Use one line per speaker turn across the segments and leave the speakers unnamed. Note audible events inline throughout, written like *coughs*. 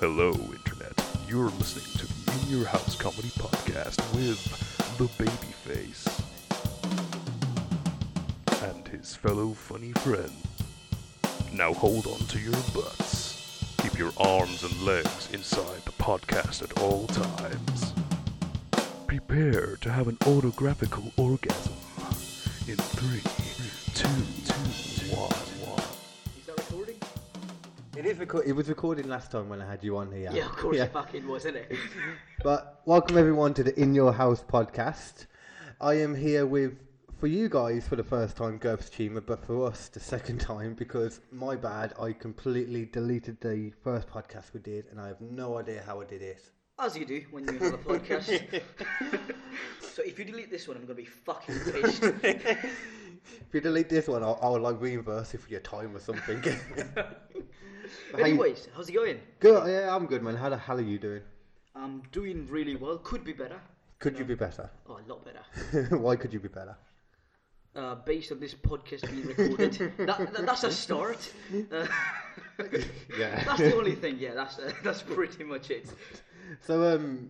Hello, Internet. You're listening to the In Your House Comedy Podcast with the Babyface and his fellow funny friend. Now hold on to your butts. Keep your arms and legs inside the podcast at all times. Prepare to have an autographical orgasm in three, two, two, one, one.
Is that recording?
It is record- It was recorded last time when I had you on here.
Yeah, of course it fucking was, isn't it?
But welcome everyone to the In Your House podcast. I am here with for you guys for the first time, Gerb's Tumor, but for us the second time because my bad, I completely deleted the first podcast we did, and I have no idea how I did it.
As you do when you have a podcast.
*laughs*
so if you delete this one, I'm going to be fucking
*laughs*
pissed.
If you delete this one, I'll, I'll like reimburse you for your time
*laughs*
or something. But how you-
Anyways, how's it going?
good. Yeah, I'm good, man. How the hell are you doing?
I'm doing really well. Could be better.
Could you be better? *laughs*
Oh, a lot better.
Why could you be better?
Uh, based on this podcast being recorded,
*laughs*
that, that, that's a start. Uh,
Yeah.
*laughs* that's the only thing. Yeah, that's uh, *laughs* that's pretty much it.
So, um,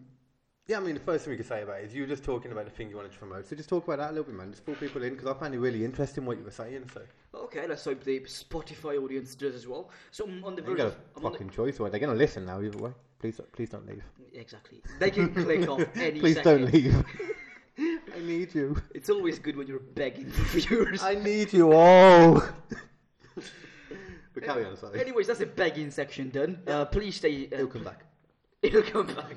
yeah, I mean, the first thing we could say about it is you were just talking about the thing you wanted to promote. So just talk about that a little bit, man. Just pull people in because I found it really interesting what you were saying. So
Okay, let's hope the Spotify audience does as well. So I'm on the
you
verge.
got
Of,
a
I'm on the,
fucking choice. Well, they're going to listen now either way. Please, don't- please don't leave.
exactly. They can click
*laughs*
off any
please
second.
don't leave.
*laughs*
I need you.
It's always good when you're begging *laughs* for viewers.
I need you all. *laughs* but carry on, sorry.
Anyways, that's the begging section done. Uh, please stay. Uh,
He'll come back.
*laughs* It'll come back.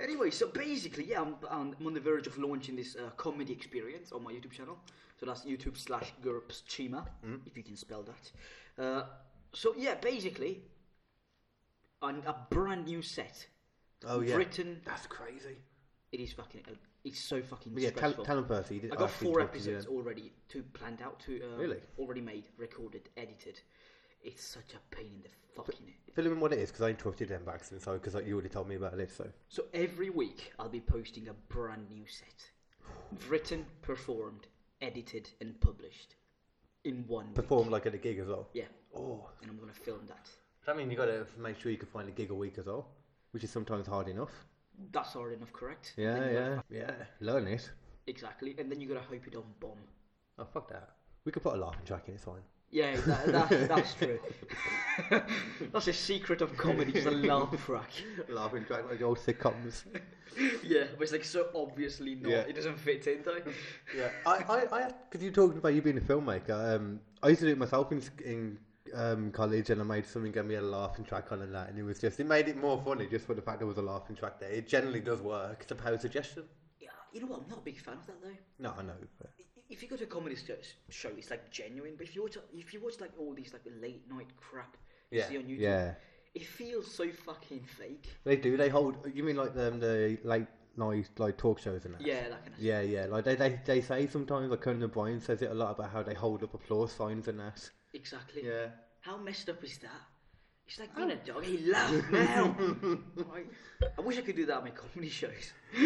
anyway, so basically, yeah, I'm, I'm I'm on the verge of launching this uh, comedy experience on my YouTube channel. So that's YouTube slash GURPS Chima, if you can spell that. Uh, so yeah, basically, on a brand new set.
Oh yeah.
Written.
That's crazy.
It is fucking. uh, It's so fucking.
But yeah, tell,
stressful.
tell him first. You did,
I got
actually
four
talk to you
episodes
then.
already to planned out to um,
Really?
already made, recorded, edited. It's such a pain in the fucking.
Fill him in what it is because I interrupted them by accident. Sorry, because like, you already told me about this. So
So every week I'll be posting a brand new set, *sighs* written, performed, edited, and published in one week.
perform like at a gig as well.
Yeah,
Oh,
and I'm gonna film that.
That means you got to make sure you can find a gig a week as well, which is sometimes hard enough.
That's hard enough, correct? Then
Yeah,
you gotta-
yeah, yeah. Learn it.
Exactly, and then you gotta hope it don't bomb.
Oh fuck that. We could put a laughing track in. It's fine.
Yeah, that, that, that's true. *laughs* that's a secret of comedy, just a laugh track.
laughing track like the old sitcoms.
*laughs* Yeah, but it's like so obviously not.
Yeah.
It doesn't fit in
*laughs*
though.
*laughs* yeah, I, I, I, because you talking about you being a filmmaker. Um, I used to do it myself in sc- in um college, and I made something and we had a laughing track on and that, and it was just it made it more funny just for the fact there was a laughing track there. It generally does work. It's a power suggestion.
Yeah, you know what? I'm not a big fan of that though.
No, I know. But...
I- If you go to a comedy st- show, it's like genuine. But if you watch, if you watch like all these like late night crap you
Yeah,
see on YouTube,
yeah.
it feels so fucking fake.
They do. They hold. You mean like um, the late night like talk shows and that?
Yeah, like an
Yeah, yeah. Like they, they, they say sometimes, like Conan O'Brien says it a lot about how they hold up applause signs and that.
exactly.
Yeah.
How messed up is that? It's like being a dog. He
*laughs*
laugh now. Right? I wish I could do that at my comedy shows.
*laughs*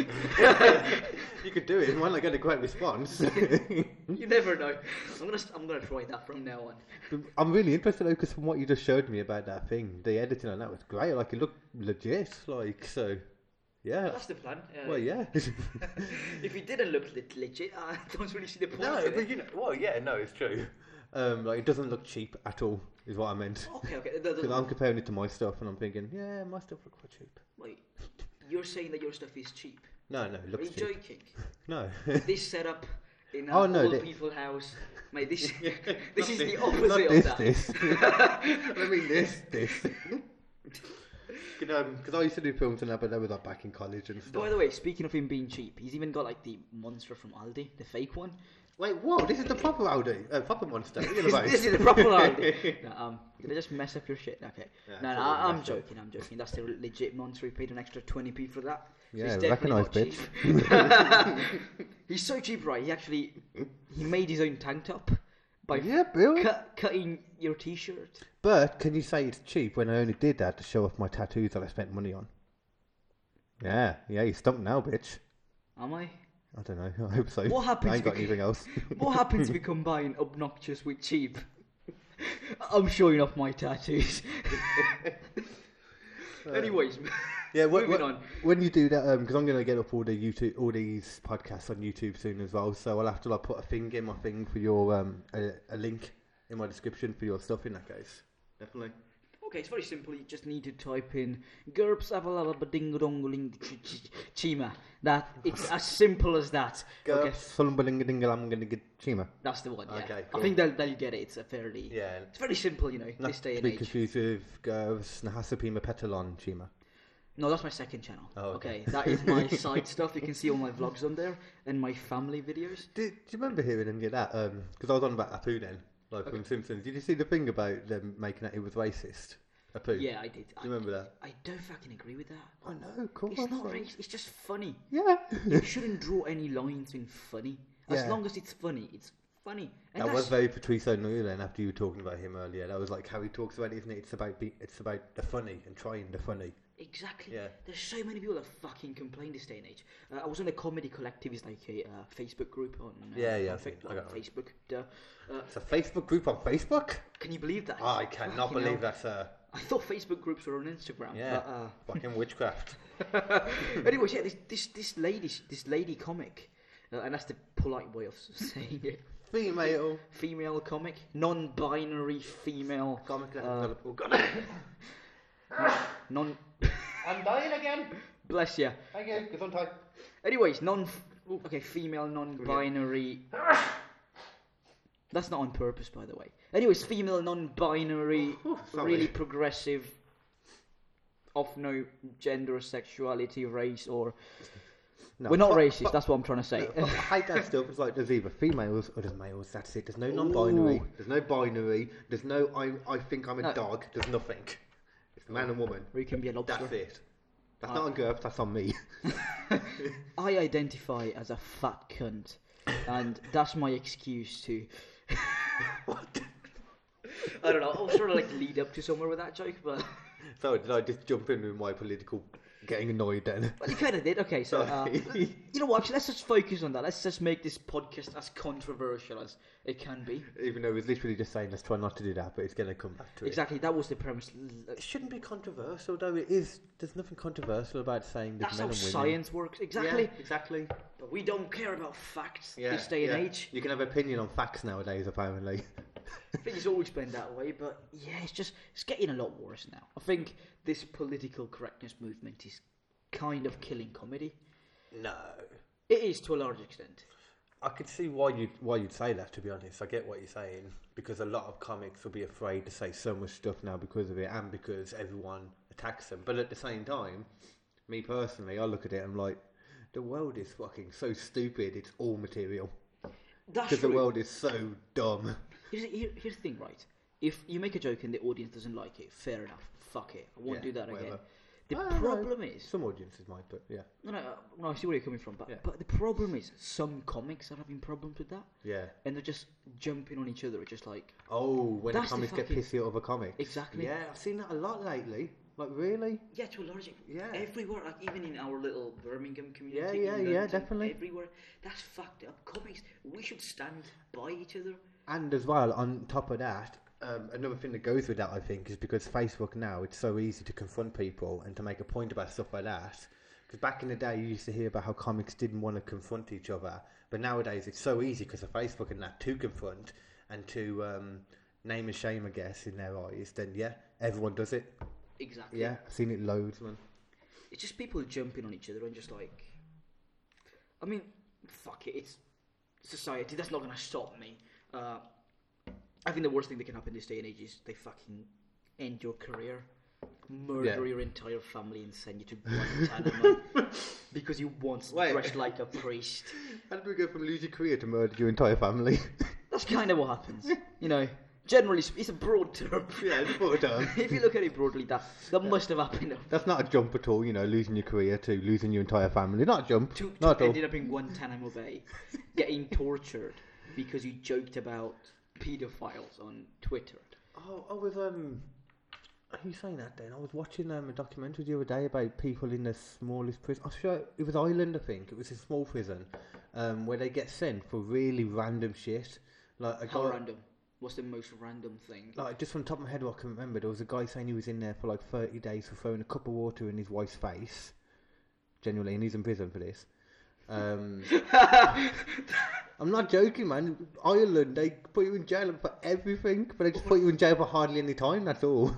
You could do it. Why not get a great *laughs* response? Hmm?
you never know. I'm gonna st- I'm gonna try that from now on.
I'm really interested though, because from what you just showed me about that thing, the editing on that was great. Like it looked legit. Like so, yeah.
That's the plan. Uh,
Well, yeah.
if it didn't look lit- legit, *laughs* I don't really see the
*laughs*
point. in it.
you know, well, yeah, no, it's true. Um, like it doesn't look cheap at all, is what I meant.
Okay, okay. that- that-
Because I'm comparing it to my stuff, and I'm thinking, yeah, my stuff look quite cheap.
Wait, you're saying that your stuff is cheap?
No, no, it
Are
looks
you
cheap.
joking?
No. *laughs*
This setup in an
Oh, no,
old
the-
people house, mate.
*laughs*
This *laughs* this is the
Not
opposite
this,
of that.
this.
*laughs*
I *laughs* mean this, this. Because um, I used to do films and that, but that was like back in college and stuff.
By the way, speaking of him being cheap, he's even got like the monster from Aldi, the fake one.
Wait, whoa, this is the proper Aldi, uh, proper
*laughs*
monster. What are you on about?
this is the proper
*laughs*
Aldi. No, um, did I just mess up your shit? Okay.
Yeah,
no, no,
totally
I, I'm
messed up.
joking. I'm joking. That's the legit monster. He paid an extra twenty p for that. So
Yeah,
he's definitely
recognise,
not cheap.
*laughs*
*laughs* he's so cheap, right? He actually he made his own tank top by
Yeah, Bill.
cut, cutting your t-shirt.
But can you say it's cheap when I only did that to show off my tattoos that I spent money on? Yeah, yeah, you stumped now, bitch.
Am I?
I don't know. *laughs* I hope so.
What
I
happens
ain't got
if-
anything else.
What happens if we combine obnoxious with cheap? I'm showing off my
*laughs*
tattoos. Anyways, *laughs*
Yeah, wh-
moving
wh-
on.
When you do that, because I'm going to get up all the YouTube, all these podcasts on YouTube soon as well. So I'll have to like put a thing in my thing for your um, a, a link in my description for your stuff. In that case, definitely.
Okay, it's very simple. You just need to type in "GURPS Avalalabadingadongaling Chima." That it's as simple as that. Okay,
Chima.
that's the one. Yeah,
Okay,
I
cool.
think they'll they'll get it. It's a fairly
Yeah.
It's very simple, you know.
Not
this day
to
and
be
age.
confused with Gervs Nahasapima Petalon Chima.
No, that's my second channel.
Oh,
okay.
okay.
that is
*laughs*
my side stuff. You can see all my vlogs on there and my family videos.
Do, do you remember hearing him get that? Because I was on about Apu then, like from Simpsons. Did you see the thing about them making that it was racist? Apu.
Yeah, I did. I,
Do you remember that?
I don't fucking agree with that.
I know. Cool.
It's not race. It's just funny.
Yeah. *laughs*
You shouldn't draw any lines in funny. As
Yeah.
long as it's funny, it's funny. And
That
that's,
was very Patrice O'Neill then after you were talking about him earlier. That was like how he talks about it, isn't it? It's about be, it's about the funny and trying the funny.
Exactly.
Yeah.
There's so many people that fucking complain this day and age. Uh, I was on a comedy collective, it's like a uh, Facebook group on, uh,
Yeah, yeah,
on,
I
Fa-
think- I
on
got it.
Facebook. duh. Uh,
It's a Facebook group on Facebook? Ah,
can you believe that?
Oh, I cannot
Fucking hell.
believe that's a
I thought Facebook groups were on Instagram.
yeah.
But, uh,
Fucking witchcraft.
*laughs* Anyways, yeah, this this this lady this lady comic, uh, and that's the polite way of *laughs* saying it.
Female
*laughs* Female comic, non-binary female
comic
uh,
oh god.
non.
I'm dying again.
Bless you.
Thank you, because I'm tight.
Anyways, non. ooh, Okay, female non-binary. That's not on purpose, by the way. Anyways, female non-binary,
sorry.
really progressive, of no gender, sexuality, race, or
No,
we're not
fuck-
racist.
fuck-
that's what I'm trying to say. *laughs*
fuck, I hate that stuff. It's like there's either females or there's males. That's it. There's no non-binary.
Ooh.
There's no binary. There's no I. I think I'm a
No.
dog. There's nothing. It's man and woman.
or you can be a lobster.
That's it.
Uh,
That's not on GURPS, that's on me.
I identify as a fat cunt, and that's my excuse to. *laughs* I don't know. I was trying to like lead up to somewhere with that joke, but
So did I just jump in with my political getting annoyed then? *laughs*
well, you kind of did. Okay, so uh,
Sorry.
you know what? Actually, let's just focus on that. Let's just make this podcast as controversial as it can be.
*laughs* Even though it's literally just saying let's try not to do that, but it's gonna come back to it.
Exactly. That was the premise. L-
It shouldn't be controversial though, it is there's nothing controversial about saying there's
That's
men
how
and women.
science works. Exactly.
exactly.
But we don't care about facts this day and age.
You can have opinion on facts nowadays apparently.
I think it's always been that way, but yeah, it's just it's getting a lot worse now. I think this political correctness movement is kind of killing comedy.
no.
It is to a large extent.
I could see why you why you'd say that to be honest. I get what you're saying. Because a lot of comics will be afraid to say so much stuff now because of it and because everyone attacks them. But at the same time, me personally, I look at it and I'm like, the world is fucking so stupid, it's all material.
That's
Because the
true.
world is so dumb.
Here's, here, here's the thing, right? If you make a joke and the audience doesn't like it, fair enough. Fuck it. I won't
Yeah,
do that again.
whatever.
The
I don't know.
problem is,
Some audiences might, but yeah.
no, no, no, I see where you're coming from, but
Yeah.
but the problem is some comics are having problems with that,
Yeah.
and they're just jumping on each other. It's just like
Oh, when
That's the
comics get
fucking-
pissy at other comics.
Exactly.
Yeah, I've seen that a lot lately. Like, really?
Yeah, to a large extent.
Yeah.
Everywhere, like even in our little Birmingham community.
Yeah, yeah,
in
yeah,
London,
definitely.
Everywhere. That's fucked up. Comics, we should stand by each other.
And as well, on top of that, um, another thing that goes with that, I think, is because Facebook now, it's so easy to confront people and to make a point about stuff like that. Because back in the day, you used to hear about how comics didn't want to confront each other. But nowadays, it's so easy because of Facebook and that to confront and to um, name and shame, I guess, in their eyes. Then, yeah, everyone does it.
Exactly.
Yeah, I've seen it loads, man.
It's just people jumping on each other and just like. I mean, fuck it. It's society. That's not gonna stop me. Uh, I think the worst thing that can happen this day and age is they fucking end your career, murder
Yeah.
your entire family, and send you to
*laughs*
Guantanamo because you once
Wait.
dressed like a priest.
How did we go from lose your career to murder your entire family? *laughs*
That's kind of what happens. You know, generally, sp- it's a broad term. *laughs*
yeah, it's put it down.
if you look at it broadly, that that must have happened.
That's not a jump at all, you know, losing your career to losing your entire family. Not a jump.
To,
not
to
at all.
ended up in Guantanamo Bay, getting tortured because you joked about pedophiles on Twitter.
Oh, I was um. Are you saying that? Then I was watching um, a documentary the other day about people in the smallest prison. I'm sure it was Ireland, I think. It was a small prison, um, where they get sent for really random shit. Like a
How
guy-
random. What's the most random
*laughs*
thing?
Like just from the top of my head, what I can remember, there was a guy saying he was in there for like thirty days for throwing a cup of water in his wife's face. Genuinely, and he's in prison for this. Um, I'm not joking, man. Ireland, they put you in jail for everything, but they just put you in jail for hardly any time. That's all.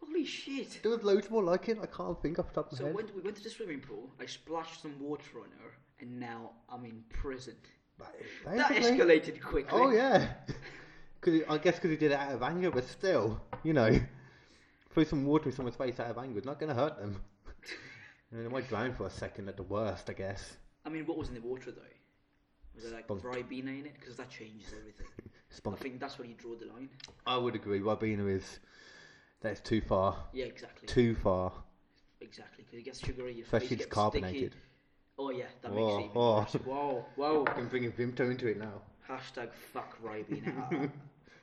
Holy shit!
There was loads more like it. I can't think off the top of my
So
head.
when we went to the swimming pool, I splashed some water on her, and now I'm in prison. That
Basically.
escalated quickly.
Oh yeah, *laughs* because I guess because he did it out of anger, but still, you know, *laughs* threw some water in someone's face out of anger. It's not going to hurt them. *laughs* and they might drown for a second at the worst, I guess.
I mean, what was in the water though? Was there like
Spunk.
ribena in it? Because that changes everything. I
Spunk.
think that's where you draw the line.
I would agree. Ribena is that's too far,
Yeah, exactly.
too far.
Exactly, because it gets sugary. Your
Especially
face
if it's
gets
carbonated.
Sticky. Oh yeah, that
Whoa,
makes it.
whoa.
Even worse. Whoa, whoa.
I'm bringing Vimto into it now. *laughs*
Hashtag fuck Ribena.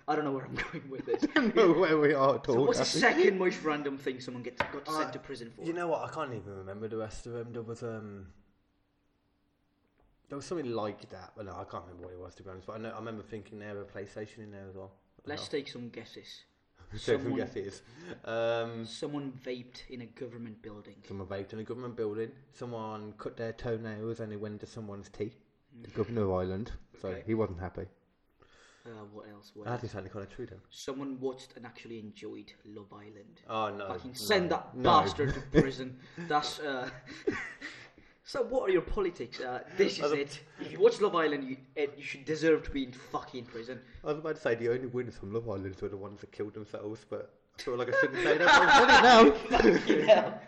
I don't know where I'm going with this.
I don't know where we are at all.
What's the
Gavin.
second most random thing someone gets got sent to prison for?
Uh, You know what? I can't even remember the rest of them. There was um, there was something like that, but no, I can't remember what it was to be honest. But I know I remember thinking there was a PlayStation in there as well. What the
Let's
hell? *laughs*
take some guesses.
So I can
someone-
guess it is. Um,
Someone vaped in a government building.
someone vaped in a government building. Someone cut their toenails and it went into someone's tea. The governor of Ireland, so
Okay.
he wasn't happy.
Uh, what else? What
That
else?
is sounded kind of true then.
Someone watched and actually enjoyed Love Island.
Oh no!
Fucking send
no,
that
no. *laughs*
bastard to prison. That's uh. *laughs* so what are your politics? Uh, this is it. If you watch Love Island, you it, you should deserve to be in fucking prison.
I was about to say the only winners from Love Island were the ones that killed themselves, but I feel like I shouldn't
*laughs*
say that. but I've said it now.
Fucking hell.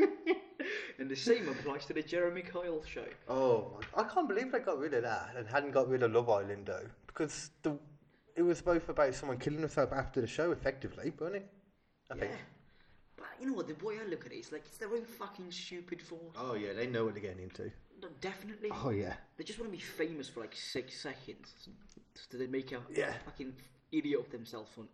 and the same applies to the Jeremy Kyle show.
Oh, my- I can't believe they got rid of that and hadn't got rid of Love Island though, because the it was both about someone killing themselves after the show, effectively, wasn't it? I
Yeah. But you know what? The way I look at it, it's like it's their own fucking stupid fault.
Oh yeah, they know what they're getting into.
No, definitely.
Oh yeah.
They just want to be famous for like six seconds. So they make a
Yeah.
fucking idiot of themselves on.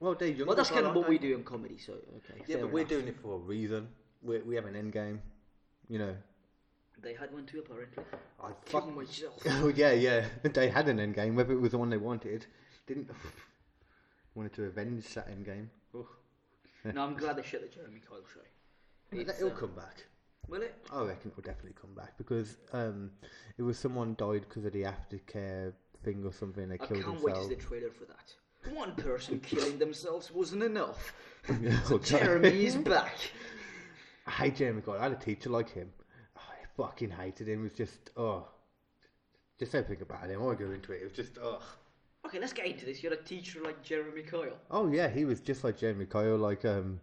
Well, they're younger.
Well, that's
so
kind of
like
what
that.
we do in comedy. So okay.
Yeah,
fair
but we're
enough.
doing it for a reason. we we have an end game, you know.
They had one too, apparently.
I
Fuck myself.
*laughs* Oh yeah, yeah. They had an end game, whether it was the one they wanted. Didn't *sighs* wanted to avenge that end game.
no, I'm glad they shut the Jeremy Kyle show. It's,
It'll
uh,
come back.
Will it?
I reckon it Oh, will definitely come back because um, it was someone died because of the aftercare thing or something. They
I
killed
can't wait to
themselves.
see the trailer for that. One person killing themselves wasn't
*laughs*
enough.
Yeah,
so
okay.
Jeremy
*laughs*
is back.
I hate Jeremy God. I had a teacher like him. I fucking hated him. It was just oh, just everything about him. I won't go into it. It was just oh.
Okay, let's get into this. You're a teacher like Jeremy Kyle.
Oh yeah, he was just like Jeremy Kyle. Like um,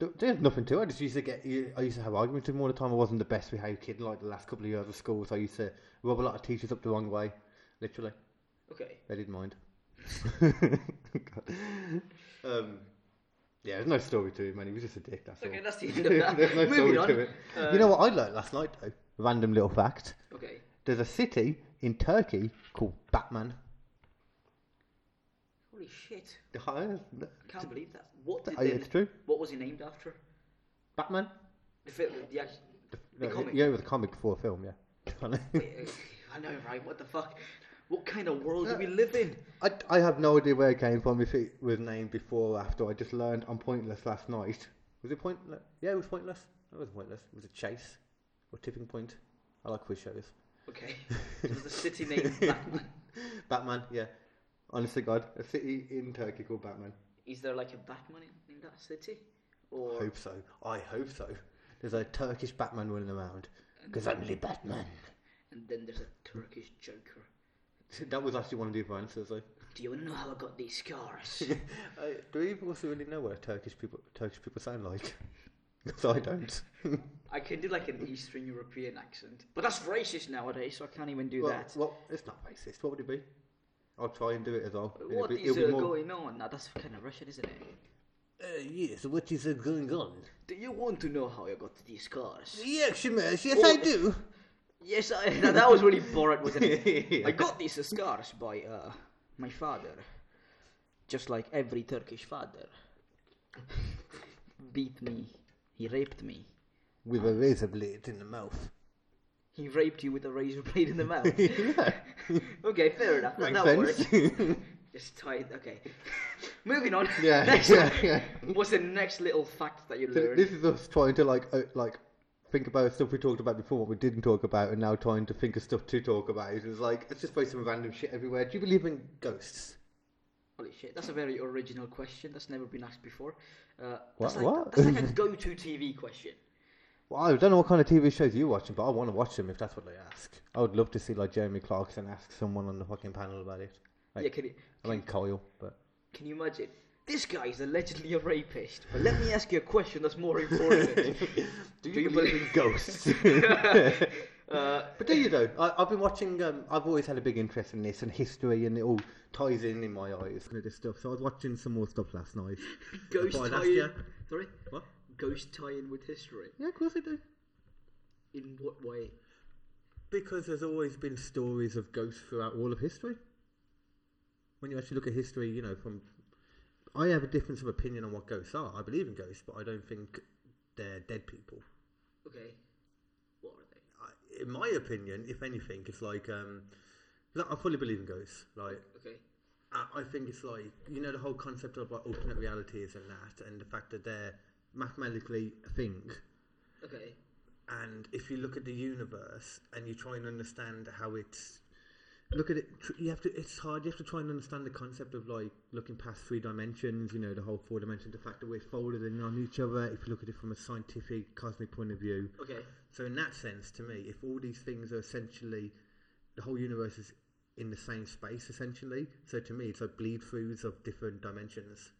th- there's nothing to it. I just used to get. I used to have arguments with him all the time. I wasn't the best behaved kid. Like the last couple of years of school, so I used to rub a lot of teachers up the wrong way. Literally,
Okay.
they didn't mind. *laughs* um, yeah, there's no story to it, man. He was just a dick. That's
Okay,
all.
that's
*laughs*
the end of that.
there's no
Moving
story
on.
to it.
Uh,
you know what I learned last night though? Random little fact.
Okay.
There's a city in Turkey called Batman.
Holy shit. I
It's
can't believe that. What did
Oh, yeah,
they,
it's true.
What was he named after?
Batman.
The film, the, act- the
No,
comic.
Yeah, it was a comic before a film, yeah. *laughs*
I know, right? What the fuck? What kind of world do we
Uh,
live in?
I, I have no idea where it came from, if it was named before or after. I just learned on Pointless last night. Was it Pointless? Yeah, it was Pointless. It was Pointless. It was a chase or tipping point. I like quiz shows. *laughs*
Okay. It was the city named Batman.
Batman, yeah. Honestly, God, a city in Turkey called Batman.
Is there like a Batman in, in that city? Or
Hope so. I hope so. There's a Turkish Batman running around. Because only Batman. *laughs*
and then there's a Turkish Joker.
That was actually one of the other answers, though. *laughs*
Do you want to know how I got these scars?
uh, do we also really know what Turkish people Turkish people sound like? *laughs* Because I don't. *laughs*
I can do like an Eastern European accent, but that's racist nowadays, so I can't even do
well,
that.
well, it's not racist. What would it be? I'll try and do it as well. It'll
What
be-
is
it'll
uh,
be more-
going on? Now that's kind of Russian, isn't it?
Uh, yes, what is uh, going on?
Do you want to know how I got these scars?
Yes, yes, yes
Well-
I do.
Yes, I, *laughs* now that was really boring, wasn't it?
*laughs* Yeah.
I got these scars by uh, my father, just like every Turkish father. Beat me. He raped me.
With a razor blade in the mouth.
He raped you with a razor *laughs* blade in the mouth.
*laughs* yeah.
*laughs* okay, fair enough.
Makes
that
sense. *laughs*
Just tight. Okay. *laughs* Moving on. *laughs*
Yeah,
Next
yeah,
one.
yeah.
What's the next little fact that you
Th-
learned?
this is us trying to like uh, like think about stuff we talked about before, what we didn't talk about, and now trying to think of stuff to talk about. It's like let's just throw some random shit everywhere. Do you believe in ghosts?
Holy shit, that's a very original question. That's never been asked before. Uh,
What-
That's like,
what?
That's
*laughs*
like a go-to TV question.
Well, I don't know what kind of TV shows you're watching, but I want to watch them if that's what they ask. I would love to see like Jeremy Clarkson ask someone on the fucking panel about it. Like,
Yeah, can you,
I mean Kyle, but
can you imagine? This guy is allegedly a rapist, but let me ask you a question that's more
*laughs*
important.
*laughs* do
you believe in
ghosts? *laughs*
uh,
But do you though? I, I've been watching. Um, I've always had a big interest in this and history, and it all ties in in my eyes and this stuff. So I was watching some more stuff last night.
ghost
Before last
tie-in.
year.
Sorry,
What?
ghost tie-in with history.
Yeah, of course I do.
In what way?
Because there's always been stories of ghosts throughout all of history. When you actually look at history, you know, from I have a difference of opinion on what ghosts are. I believe in ghosts, but I don't think they're dead people.
Okay, what are they?
I, in my opinion, if anything, it's like um, like, I fully believe in ghosts. Like
Okay,
I, I think it's like you know the whole concept of like alternate realities and that, and the fact that they're mathematically a thing.
okay.
and if you look at the universe and you try and understand how it's look at it tr- you have to it's hard you have to try and understand the concept of like looking past three dimensions you know the whole four dimensions the fact that we're folded in on each other if you look at it from a scientific cosmic point of view
Okay.
so in that sense to me if all these things are essentially the whole universe is in the same space essentially so to me it's like bleed throughs of different dimensions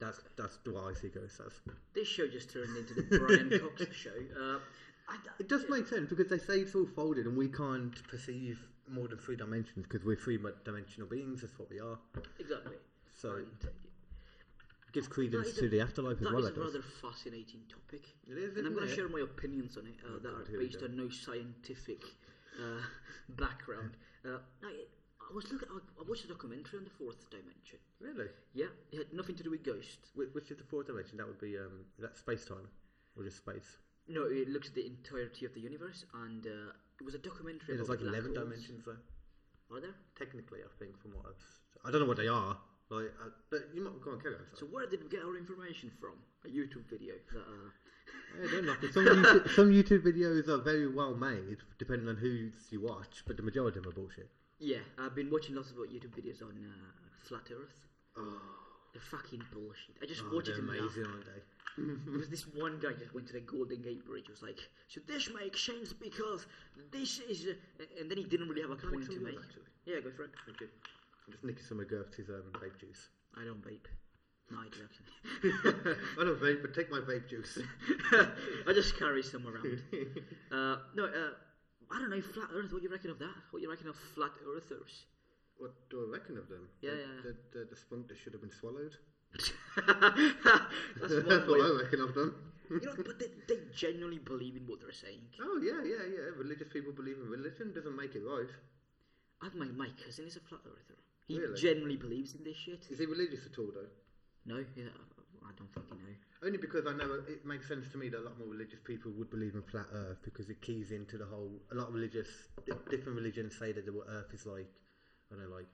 that's that's the way i see ghosts as
This show just turned into the
*laughs*
Brian Cox show. Uh, I,
It does make sense because they say it's all folded and we can't perceive more than three dimensions because we're three dimensional beings. That's what we are.
exactly.
So it
And
gives
that
credence
is
to
a-
the afterlife as
that
well.
is
I
a
guess.
rather fascinating topic.
It is,
and I'm
isn't
going
it?
to share my opinions on it uh, that
God,
are
here we
based
go.
on no scientific uh, *laughs* background. Uh, I, I was looking. I, I watched a documentary on the fourth dimension.
Really?
Yeah, it had nothing to do with ghosts.
Wh- Which is the fourth dimension? That would be um, is that space time or just space?
No, it looks at the entirety of the universe, and uh, it was a documentary.
Yeah, there's
about
like eleven
black holes.
dimensions though.
Are there?
Technically, I think from what I've, I don't know what they are. Like, uh, but you might go on, carry on.
So
sorry.
where did we get our information from? A YouTube video that. Uh,
Yeah, don't knock it. Some, YouTube, some YouTube videos are very well made, depending on who you watch, but the majority of them are bullshit.
Yeah, I've been watching lots of YouTube videos on uh, flat Earth.
Oh,
They're fucking bullshit. I just watch it
they're
and laugh. *laughs*
amazing, aren't they?
Because this one guy just went to the Golden Gate Bridge. Was like, so this makes sense because this is, uh, and then he didn't really have a
I
point
make
to
some of
make.
yours, actually?
Yeah, go for it.
Thank you. I'm just nicking some of Gertie's um, vape juice. *laughs*
I don't vape. No, I do
I don't vape, but take my
*laughs*
vape juice.
actually. *laughs* I just carry some around.
*laughs*
Uh, no, uh, I don't know. Flat Earth. What you reckon of that? What you reckon of flat Earthers? *laughs*
what do I reckon of them?
Yeah,
the,
yeah.
The, the, the spunk that should have been
*laughs*
swallowed.
That's
That's
one
what
way.
*laughs* I reckon of them.
You know, but they, they genuinely believe in what they're saying.
Oh yeah, yeah, yeah. Religious people believe in religion doesn't make it right.
I my my cousin is a flat earther. He
Really?
generally believes in this shit.
Is he religious at all though?
No, yeah, I don't fucking know.
Only because I know it makes sense to me that a lot more religious people would believe in flat Earth because it keys into the whole. A lot of religious, different religions say that the Earth is like, I don't know, like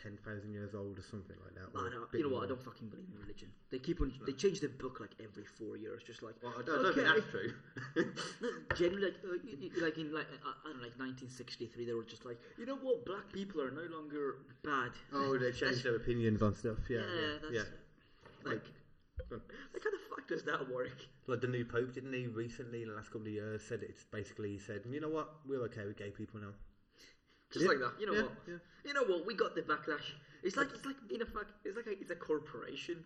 ten thousand years old or something like that. or
I
a
don't,
bit
you know what? I
more.
don't fucking believe in religion. They keep on. They change their book like every four years, just like.
Well, I don't, I don't think that's
*laughs*
true.
No, *laughs* Generally, like, uh, y- y- like in like uh, I don't know, like 1963, they were just like, you know what, black people are no longer bad.
oh,
*laughs*
they change their opinions on stuff. Yeah,
yeah,
yeah.
that's
yeah. Like,
like how the fuck does that work?
like the new pope didn't he recently in the last couple of years said it's basically he said you know what we're okay with gay people now.
Just
Yeah,
like that, you know
yeah,
what?
yeah.
You know what? We got the backlash. It's like it's like in a fuck. It's like a, it's a corporation.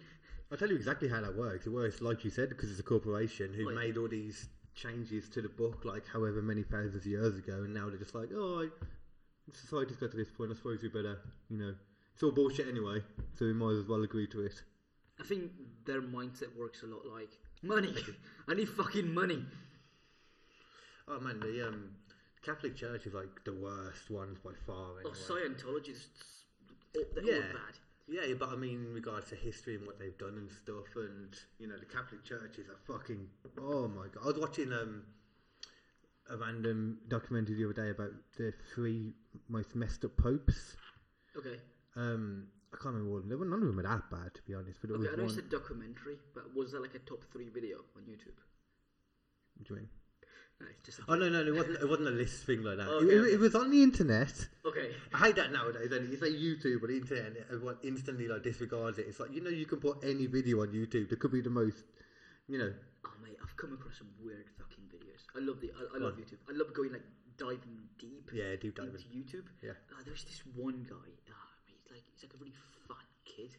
I'll tell you exactly how that works. It works, like you said, because it's a corporation who
Oh, yeah.
made all these changes to the book, like however many thousands of years ago, and now they're just like, oh, I- society's got to this point. I suppose we better, you know, it's all bullshit anyway, so we might as well agree to it.
I think their mindset works a lot like money. *laughs* I need fucking money.
Oh man, the um, Catholic Church is like the worst ones by far.
Oh,
Anyway.
Scientology is they're all
yeah.
bad.
Yeah, but I mean, in regards to history and what they've done and stuff, and you know, the Catholic Church is a fucking oh my god. I was watching um, a random documentary the other day about the three most messed up popes.
Okay.
Um, I can't remember all of them. None of them are that bad, to be honest. But there
Okay, I know
was
it's a
one.
documentary, but was that like a top three video on YouTube?
What do you mean?
No, it's just. A
Oh
*laughs*
no, no, no, it wasn't. It wasn't a list thing like that. It-
Okay,
it,
okay.
it was on the internet.
Okay.
I hate that nowadays. And you say YouTube on the internet, and everyone instantly like disregards it. It's like you know, you can put any video on YouTube. There could be the most, you know,
Oh mate, I've come across some weird fucking videos. I love the. I, I love
on.
YouTube. I love going like diving deep.
Yeah, deep diving.
into YouTube.
Yeah.
Uh, there's this one guy. Ah, mate, he's like he's like a really fun kid,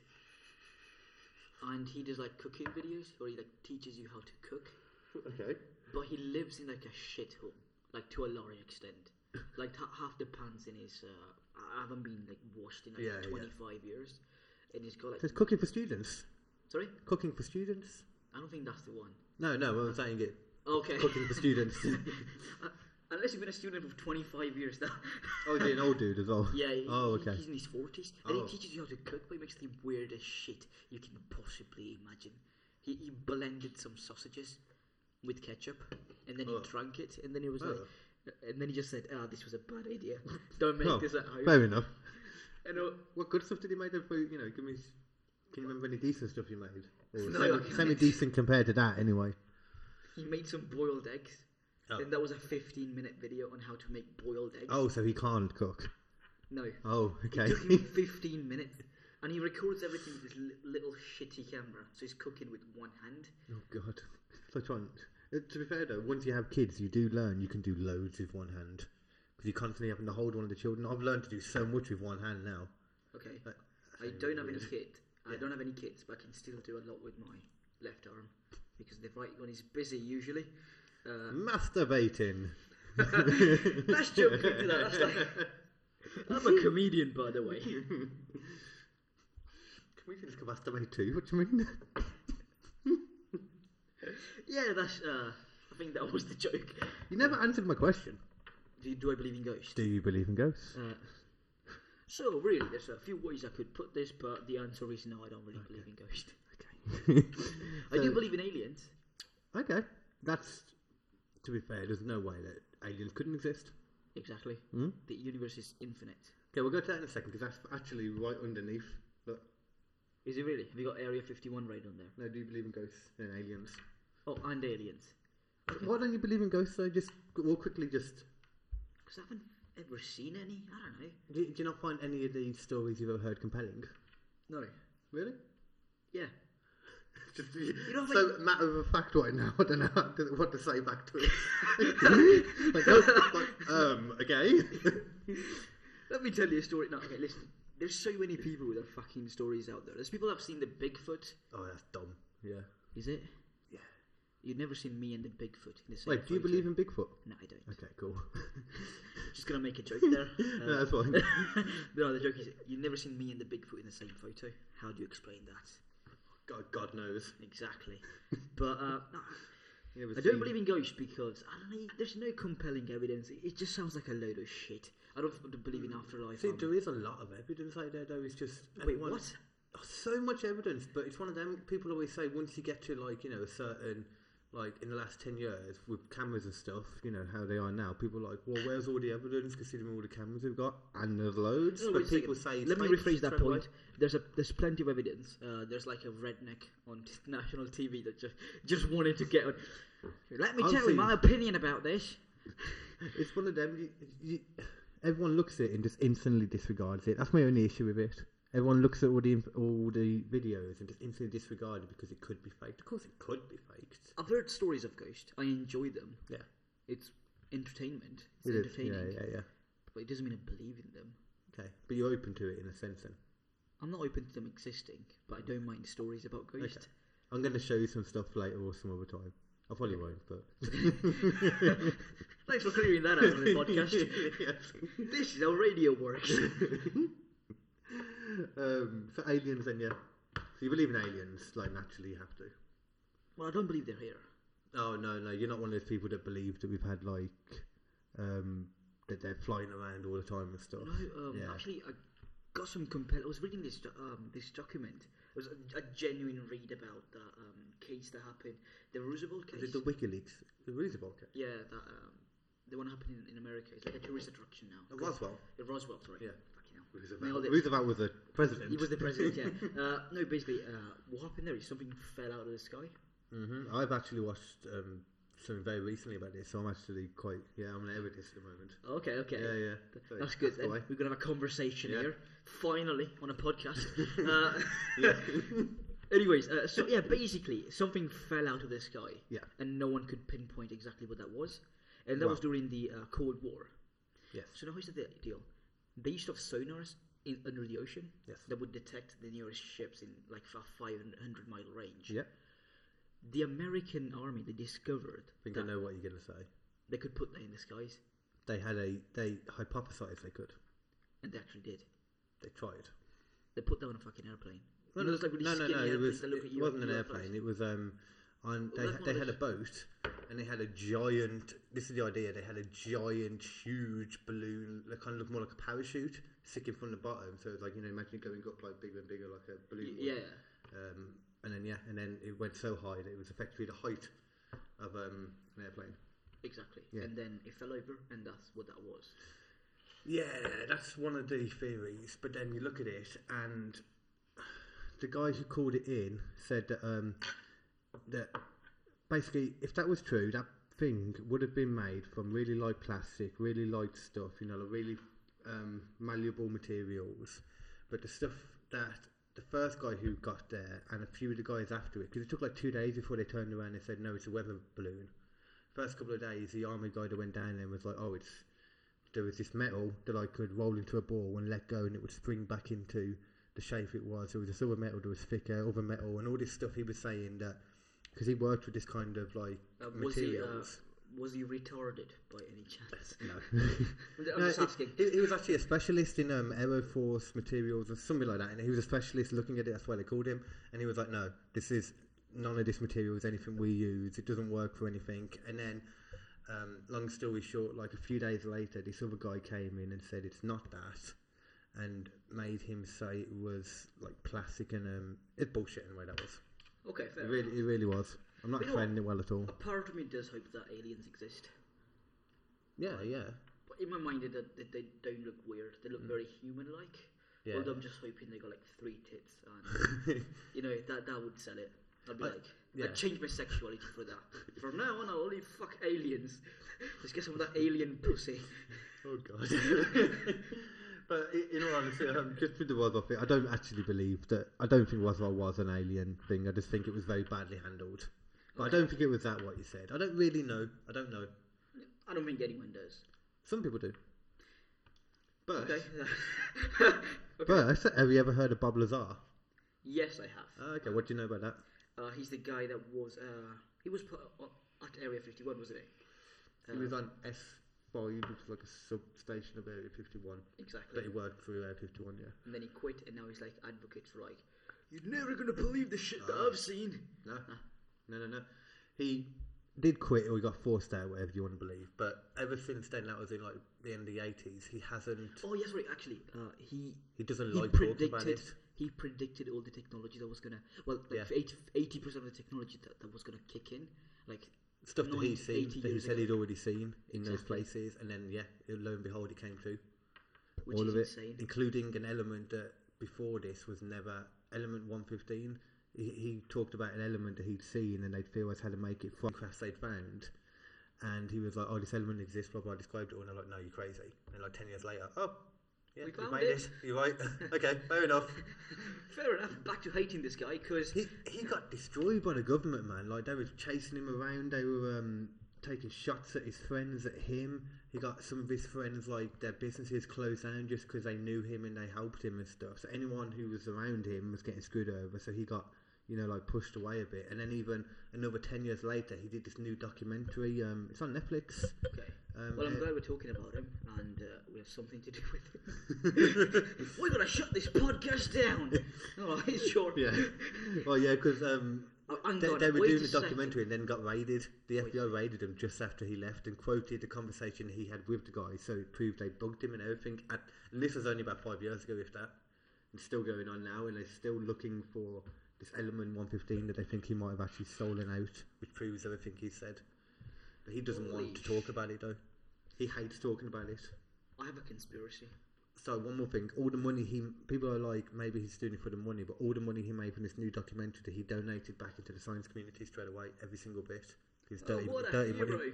and he does like cooking videos where he like teaches you how to cook.
okay,
But he lives in like a shithole, like to a large
*laughs*
extent. Like ha- half the pants in his, uh, I- I haven't been like washed in like
Yeah, yeah.
25 years, and he's got like.
it's cooking for students.
Sorry,
Cooking for students.
I don't think that's the one.
No, no, I'm saying it.
Okay.
Cooking for students.
*laughs* Uh, Unless you've been a student for 25 years now.
oh, is he an old dude as well?
Yeah, he-
Oh,
he-
okay.
he's in his 40s. And
Oh.
he teaches you how to cook, but he makes the weirdest shit you can possibly imagine. He, he blended some sausages with ketchup, and
Oh.
then he drank it, and then he was like, and then he just said, ah, this was a bad idea. *laughs* Don't make
Oh,
this at home.
fair enough.
And, uh,
What good stuff did he make? Then for you know, give me. s- Can you remember any decent stuff you made? Or
No, I
semi,
can't.
semi decent compared to that, anyway.
he made some boiled eggs,
Oh.
and that was a 15 minute video on how to make boiled eggs.
Oh, so he can't cook.
No.
Oh, okay.
It took
*laughs*
him 15 minutes, and he records everything with this li- little shitty camera. So he's cooking with one hand.
Oh god. Such one. Uh, To be fair though, once you have kids, you do learn you can do loads with one hand because you're constantly having to hold one of the children. I've learned to do so much with one hand now.
Okay.
That-
I don't have any kids. I don't have any kids, but I can still do a lot with my left arm because the right one is busy usually.
*laughs*
Uh,
Masturbating.
that's joking. to that. That's like,
*laughs*
I'm a comedian, by the way.
Can we just masturbate too? What do you mean? *laughs*
Yeah, that's. Uh, I think that was the joke.
you never answered my question.
Do, do I believe in ghosts?
Do you believe in ghosts?
Uh, so really, there's a few ways I could put this, but the answer is no. I don't really believe in ghosts. I do believe in aliens.
*laughs* okay, that's to be fair. There's no way that aliens couldn't exist.
Exactly.
Hmm?
The universe is infinite.
Okay, we'll go to that in a second because that's actually right underneath. Look,
Is it really? Have you got Area 51 right on there?
no, do you believe in ghosts and aliens?
Oh, and aliens.
Why don't you believe in ghosts? though? just we'll quickly just.
Because I haven't ever seen any. I don't know.
Do, do you not find any of these stories you've ever heard compelling?
No.
*laughs* Really?
Yeah.
Just,
don't
so
think-
matter of fact right now. *laughs* I don't know how to- what to say back *laughs* to it. like, no, *laughs* like, um, okay. *laughs*
Let me tell you a story. No, okay, listen. There's so many people with their fucking stories out there. There's people that have seen the Bigfoot.
oh, that's dumb. Yeah.
Is it?
Yeah.
You've never seen me and the Bigfoot in the same
Wait, do you
photo.
believe in Bigfoot?
No, I don't.
Okay, cool.
Just gonna make a joke
*laughs*
there. Uh,
No, that's fine.
*laughs* no, the joke is you've never seen me and the Bigfoot in the same photo. How do you explain that?
God, God knows.
Exactly. But
*laughs*
uh, no,
You never
I don't
seen-
believe in ghosts because I don't know, there's no compelling evidence. It, it just sounds like a load of shit. I don't f- believe in afterlife.
Hmm. See,
um,
there is a lot of evidence out there, though. It's just
Wait,
everyone-
what?
Oh, so much evidence, but it's one of them. People always say once you get to like you know a certain like in the last ten years with cameras and stuff, you know how they are now. People are like, well, where's all the evidence? Considering all the cameras we've got, and there's loads.
No, wait
but
a second.
people say, it's
Let me
fake
rephrase that
straight away.
point. There's a there's plenty of evidence. Uh, there's like a redneck on *laughs* t- national TV that just just wanted to get on. Let me
I've
tell you my
seen-
opinion about this.
It's one of them. You, you, everyone looks at it and just instantly disregards it. That's my only issue with it. Everyone looks at all the inf- all the videos and just instantly disregard it because it could be faked. Of course, it could be faked.
I've heard stories of ghosts. I enjoy them.
Yeah,
It's entertainment. It's
it is.
entertaining.
Yeah, yeah, yeah.
But it doesn't mean I believe in them.
Okay, but you're open to it in a sense then.
I'm not open to them existing, but I don't mind stories about ghosts.
Okay. I'm going to show you some stuff later or some other time. I probably won't,
*laughs*
but.
Thanks for clearing that out on
*laughs*
the podcast. This is how radio works.
um, so aliens, then yeah. So you believe in aliens? Like naturally, you have to.
well, I don't believe they're here.
Oh no, no, you're not one of those people that believe that we've had like um, that they're flying around all the time and stuff.
No, um,
yeah.
actually, I got some compel. I was reading this do- um, this document. It was a, a genuine read about that um, case that happened, the Roosevelt
Is
case.
it the WikiLeaks? The Roosevelt case?
yeah, that um, the one happening in America. It's like a tourist attraction now.
Uh, Roswell.
Uh, Roswell, sorry.
Yeah.
Fucking hell. Nailed
Roosevelt.
it.
Roosevelt was the president.
He was the president, yeah. *laughs* Uh, no, basically, uh, what happened there is something fell out of the sky.
hmm I've actually watched um, something very recently about this, so I'm actually quite yeah. I'm an this at the moment.
Okay, okay.
Yeah, yeah.
Th-
So
That's good.
that's
then.
why.
We're gonna have a conversation
Yeah.
here, finally, on a
*laughs*
podcast. uh, *laughs* Anyways, uh, so yeah, basically, something fell out of the sky.
Yeah.
And no one could pinpoint exactly what that was, and that was
Wow.
during the uh, Cold War.
Yes.
So now here's the de- deal: they used to have sonars in under the ocean
Yes.
that would detect the nearest ships in like a 500 mile range.
Yeah.
The American army they discovered
I think I
that
know what you're gonna say.
they could put that in the skies,
They had a they hypothesized they could.
and they actually did.
They tried.
They put that on a fucking airplane. You know,
no,
those, like, really
no, no,
skinny
no, It
airplanes
was
that look
it
at you
wasn't
and
an
you look
airplane. It was um,
Well,
on they
that's one
they
of
had a
those-
boat and they had a giant. This is the idea. They had a giant, huge balloon that kind of looked more like a parachute sticking from the bottom. So it's like you know, imagine it going up like bigger and bigger, like a balloon.
Y-
would.
Yeah,
Um, and then yeah, and then it went so high that it was effectively the height of um, an airplane.
exactly.
Yeah.
And then it fell over, and that's what that was.
Yeah, that's one of the theories. But then you look at it, and the guy who called it in said that um, that basically, if that was true, that thing would have been made from really light plastic, really light stuff, you know, the really um, malleable materials. But the stuff that the first guy who got there and a few of the guys after it, because it took like two days before they turned around and said, no, it's a weather balloon. First couple of days, the army guy that went down there was like, oh, it's there was this metal that I could roll into a ball and let go, and it would spring back into the shape it was. There was this other metal that was thicker, other metal, and all this stuff. He was saying that because he worked with this kind of like
Uh, was he uh, *laughs*
materials.
was he retarded by any chance? *laughs* I'm
*laughs* No,
ju- I'm just
it-
asking.
Uh, He, he was actually a specialist in um, aeroforce materials or something like that, and he was a specialist looking at it. That's why they called him. And he was like, "No, this is none of this material is anything we use. It doesn't work for anything." And then, um, long story short, like a few days later, this other guy came in and said, "It's not that," and made him say it was like plastic and um, it's bullshit anyway. That was
Okay,
it.
fair. enough.
Really, it really was. I'm not
You know what?
explaining it well at all.
A part of me does hope that aliens exist.
Yeah, yeah. *laughs*
But in my mind, they, don't- they, they don't look weird. They look very human-like.
Mm. Yeah.
Although I'm just hoping they got like three tits, and you know that that would sell it. I'd be
I-
like,
yeah.
I'd change my sexuality for that. From now on, I'll only fuck aliens. *laughs* Let's get some of that alien pussy. *laughs*
Oh god. *laughs* but i- in all honesty, um, just with the Roswell thing, I don't actually believe that. I don't think Roswell was an alien thing. I just think it was very badly handled. But I don't think it was that what you said. I don't really know. I don't know.
I don't think anyone does.
Some people do. But
Okay. *laughs* Okay.
but have you ever heard of Bob Lazar?
Yes, I have.
Ah, okay, what do you know about that?
Uh, he's the guy that was uh, he was put on, at Area 51, wasn't he?
He was on S five, which is like a substation of Area Fifty One.
Exactly.
But he worked through Area Fifty One, yeah.
And then he quit, and now he's like advocate for like, Uh. you're never gonna believe the shit that I've seen.
No, no, no, no. He did quit, or he got forced out, whatever you want to believe. But ever since then, that was in like the end of the eighties. He hasn't.
Oh yes, right. Actually, uh, he
He doesn't
he
like talking about
predicted
it.
he predicted all the technology that was gonna well
Yeah.
like 80 percent of the technology that, that was gonna kick in like
Stuff that
90,
he's seen,
80
that he
years
said
ago,
he'd already seen in those
Exactly.
places, and then yeah, lo and behold, it came true.
which
all
is
of it,
insane.
*laughs* including an element that before this was never element one fifteen. He, he talked about an element that he'd seen and they'd theorised how to make it from crafts they'd found. And he was like, "Oh, this element exists." Blah blah. I described it, all, and they're like, "No, you're crazy." And like ten years later, "Oh, yeah,
We
we
found
made
it."
it. *laughs* You're right. okay, fair enough."
Fair enough. Back to hating this guy because
He he got destroyed by the government, man. Like they were chasing him around. They were um, taking shots at his friends, at him. He got some of his friends like their businesses closed down just because they knew him and they helped him and stuff. So anyone who was around him was getting screwed over. So he got you know like pushed away a bit. And then even another ten years later, he did this new documentary. Um, it's on Netflix.
okay.
Um,
well, I'm
uh,
glad we're talking about him, and uh, we have something to do with him.
*laughs*
we're gonna shut this podcast down. Oh, sure.
Yeah.
*laughs*
well, yeah, because um,
Oh, hang
they,
on,
they were
wait
doing
a
the documentary and then got raided. The
Wait.
FBI raided him just after he left and quoted the conversation he had with the guy, so it proved they bugged him and everything. At, and this was only about five years ago, if that. It's still going on now, and they're still looking for this element 115 that they think he might have actually stolen out, which proves everything he said. But he doesn't
Holy
want to talk about it though. He hates talking about it.
I have a conspiracy.
So one more thing, all the money he people are like maybe he's doing it for the money, but all the money he made from this new documentary that he donated back into the science community straight away, every single bit. His dirty,
oh, what a
dirty
hero!
money.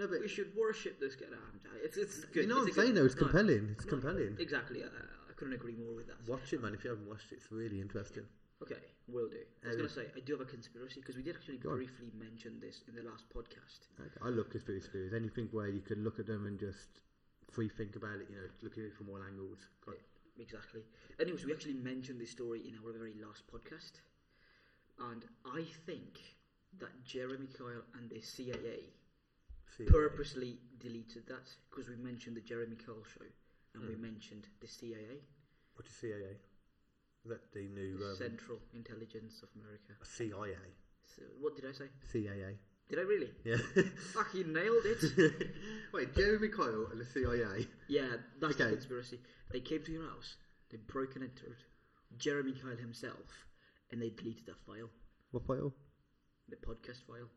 No, but
we should worship this guy. No, I'm joking. it's it's good.
you know what
it's
I'm
a
saying
good-
though, it's
no,
compelling. It's
no,
compelling.
Exactly. I, I couldn't agree more with that.
Watch it, man. If you haven't watched it, it's really interesting.
Okay, will do. I was
Um,
going to say I do have a conspiracy because we did actually
on.
briefly mention this in the last podcast.
Okay. I love conspiracy theories. Anything where you could look at them and just free think about it. You know, look at it from all angles. God.
Exactly. Anyways, we actually mentioned this story in our very last podcast, and I think that Jeremy Kyle and the CIA
See,
purposely deleted that because we mentioned the Jeremy Kyle show and we mentioned the CIA,
what is CIA? Is that the new um,
Central Intelligence of America.
CIA?
So, what did I say?
CIA.
Did I really?
Yeah. *laughs*
Fucking nailed it.
Wait, Jeremy Kyle and the CIA.
Yeah, that's the
Okay.
conspiracy. They came to your house, they broke and entered, Jeremy Kyle himself, and they deleted that file,
What file?
the podcast file,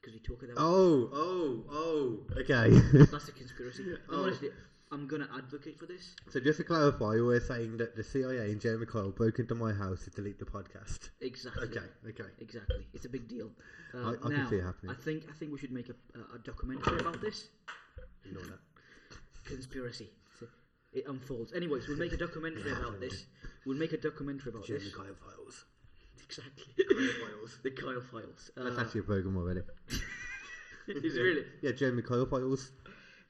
because we talk about.
Oh, oh, oh. *laughs* Okay.
That's a conspiracy. And
Oh.
Honestly, I'm gonna advocate for this.
so just to clarify, we're saying that the CIA and Jeremy Kyle broke into my house to delete the podcast.
Exactly.
Okay, okay.
Exactly. It's a big deal. Uh,
I- I can
now,
see it happening.
I think I think we should make a, a- a documentary about this
Ignore that.
conspiracy. So It unfolds. Anyways, we'll make a documentary about this. We'll make a documentary about
Jeremy
this.
Kyle files.
Exactly. *laughs*
Files.
the Kyle files. Uh,
That's actually a program already.
*laughs* it's really
Yeah, Jeremy Kyle files.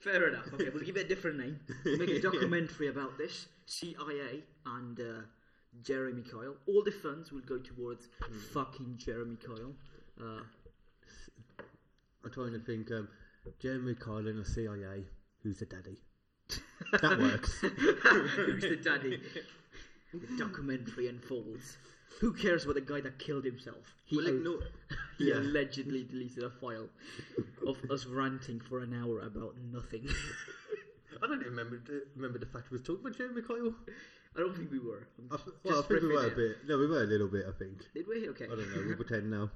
fair enough. Okay, we'll give it a different name. We'll make a
*laughs*
documentary about this. CIA and uh, Jeremy Kyle. All the funds will go towards
Hmm.
fucking Jeremy Kyle.
*laughs*
Uh,
I'm trying to think. Um, Jeremy Kyle and the CIA. Who's the *laughs* daddy? That works.
Who's the daddy? the documentary unfolds. Who cares about the guy that killed himself? He,
We'll
al-
ignore-
*laughs* he
Yeah.
allegedly deleted a file of us ranting for an hour about nothing. *laughs*
I don't even remember the, remember the fact we was talking about Jeremy Kyle.
I don't think we were. I'm
I, th-
just
Uh, well, I think we
riffing
were a
here.
bit. No, we were a little bit. I think.
Did we? Okay.
I don't know. We'll
*laughs*
pretend now.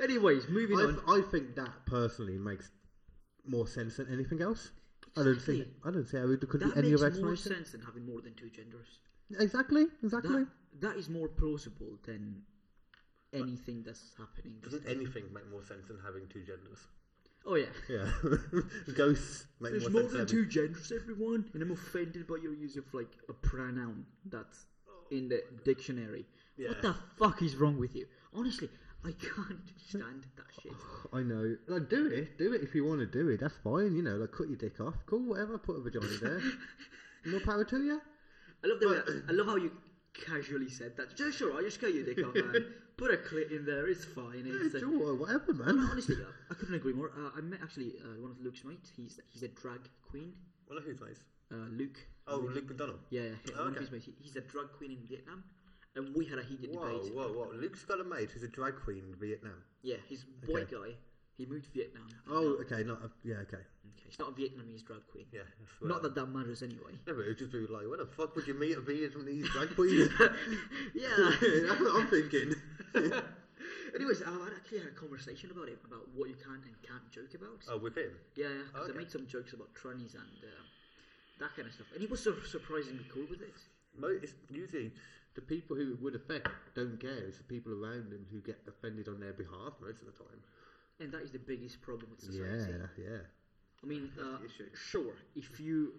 Anyways, moving
I,
on.
I think that personally makes more sense than anything else. I don't see.
Exactly.
I don't see how it could
That
be any
makes
other
more
explanation.
sense than having more than two genders.
Exactly. Exactly.
That, that is more plausible than anything that's happening.
anything make more sense than having two genders?
Oh yeah.
Yeah. *laughs* Ghosts make
There's more
more sense
than
than
two genders, everyone, and I'm offended by your use of like a pronoun that's in the dictionary.
Yeah.
What the fuck is wrong with you? Honestly, I can't stand that shit.
I know. Like, do it. Do it if you want to do it. That's fine. You know, like, cut your dick off. Cool, whatever. Put
*laughs*
a vagina there. More power to you.
I love the way that, I love how you casually said that. Just sure, I just cut your dick off, man. Put a clit in there, it's fine. It's, uh,
Sure, whatever,
no, no,
man.
honestly, uh, I couldn't agree more. Uh, I met actually uh, one of Luke's mates. He's he's a drag queen.
Well, who's nice?
Uh, Luke.
Oh, Luke McDonald.
Yeah, yeah. yeah,
Oh,
one of
okay.
his mates. He- He's a drag queen in Vietnam, and we had a heated debate.
whoa, whoa. Luke's got a mate who's a drag queen in Vietnam.
Yeah, he's a boy
Okay.
guy. He moved to Vietnam. Um,
Oh, okay. Not a, yeah, okay.
Okay, he's not a Vietnamese drag queen.
Yeah.
Not that that matters
*laughs*
anyway.
Yeah, but it would just be like, where the fuck would you meet a Vietnamese *laughs* drag queen?
yeah.
That's what I'm thinking.
*laughs* Anyways, I had actually had a conversation about it, about what you can and can't joke about.
oh, with him?
Yeah, yeah, 'cause
Okay.
I made some jokes about trannies and uh, that kind of stuff, and he was sur- surprisingly cool with it.
Mo- it's usually the people who it would affect don't care. It's the people around them who get offended on their behalf most of the time.
And that is the biggest problem with
Yeah,
society.
that- yeah.
I mean, uh,
the issue.
sure, if you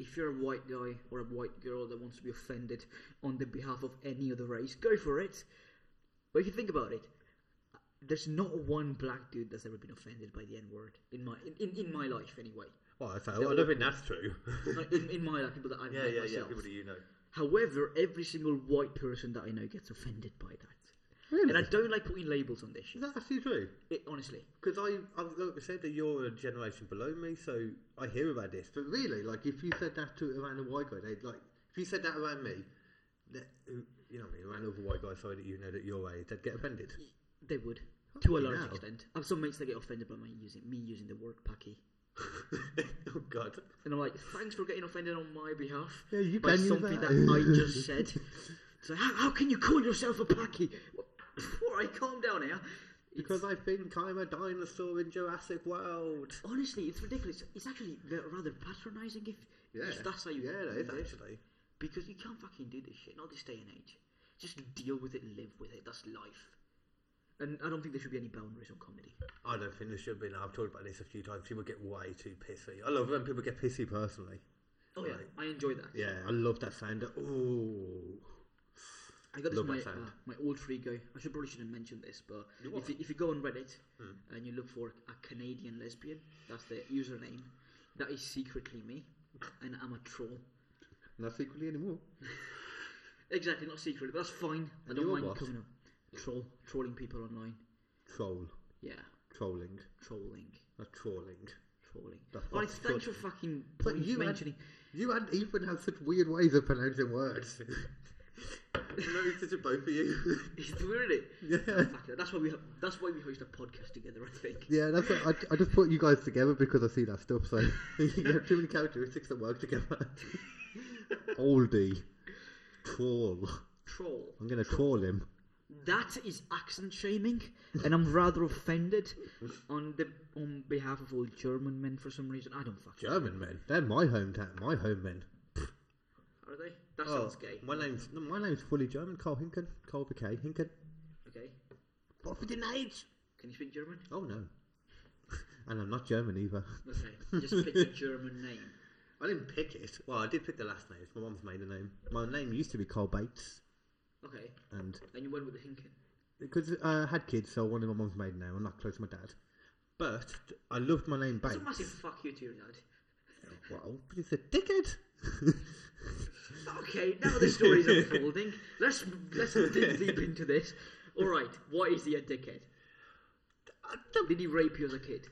if you're a white guy or a white girl that wants to be offended on the behalf of any other race, go for it. But if you think about it, there's not one black dude that's ever been offended by the N word in my in, in, in my life anyway.
Well, so I don't think that's *laughs* true.
Like, in, in my life, people that I've met myself.
you know?
However, every single white person that I know gets offended by that,
Really?
and I don't like putting labels on this.
Is
Shit.
that actually true?
It, honestly,
Because I, I've like I said that you're a generation below me, so I hear about this. But really, like if you said that to around a white guy, they'd like if you said that around me, that, you know what I mean, around other white guys, sorry that you know that your age, they'd get offended. *laughs*
They would, to a
Fucking
large
hell.
extent. I have some mates that get offended by my using me using the word "packy,"
oh God.
and I'm like, "Thanks for getting offended on my behalf."
Yeah, you
by
can use
something
that.
that. I
*laughs*
just said. So how, how can you call yourself a packy? All right, calm down here.
Because I think I'm a dinosaur in Jurassic World.
Honestly, it's ridiculous. It's actually ve- rather patronising if,
Yeah.
if that's how you.
Yeah, that is
do it.
actually.
Because you can't fucking do this shit. Not this day and age. Just deal with it, live with it. That's life. And I don't think there should be any boundaries on comedy.
I don't think there should be. Now I've talked about this a few times. People get way too pissy. I love when people get pissy personally.
Oh yeah,
Right.
I enjoy that.
Yeah, I love that sound. Oh. of, Ooh.
I got this
Love
from my,
that sound.
uh, my old free guy. I should probably shouldn't mention this, but
what?
if you, if you go on Reddit
Hmm.
and you look for a Canadian lesbian, that's the username. That is secretly
*laughs*
me, and I'm a troll.
Not secretly anymore.
Exactly, not secretly, but that's fine. I don't
you're
mind
what?
coming up. Troll, trolling people online.
Troll.
Yeah,
Trolling.
trolling,
Not trawling.
trolling.
The
All right,
fuck's
thanks for
troll-
fucking
But
pointing-
you had- *laughs*
mentioning.
You and Ethan have such weird ways of pronouncing *laughs* words. Related to both of you.
*laughs* It's weird, isn't it?
*laughs* Yeah.
Oh, fuck it. That's why we have, that's why we host a podcast together. I think.
yeah, that's what, I, I just put you guys together because I see that stuff. *laughs* So you have too many characteristics that work *laughs* together. Oldie, trawl.
Troll.
I'm gonna trawl him.
That is accent shaming, and I'm rather offended on the on behalf of all German men for some reason. I don't fucking.
German men. They're my hometown. My home men.
Are they? That
Oh.
sounds gay.
My name's no, my name's fully German. Carl Hinken. Carl BK Hinken.
Okay.
What for your age?
Can you speak German?
Oh no. *laughs* and I'm not German either.
Okay. Just pick a German name.
I didn't pick it. Well, I did pick the last name. It's my mum's maiden name. My name used to be Carl Bates,
Okay.
and
And you went with the Hinken.
because uh, I had kids, so I wanted my mum's maiden name. I'm not close to my dad. But I loved my name Bates. Oh,
It's a massive fuck you to your dad.
Well, but he's a dickhead. *laughs*
Okay, now the story's unfolding. Let's let's dig deep into this. All right, why is he a dickhead? Did he rape you as a kid?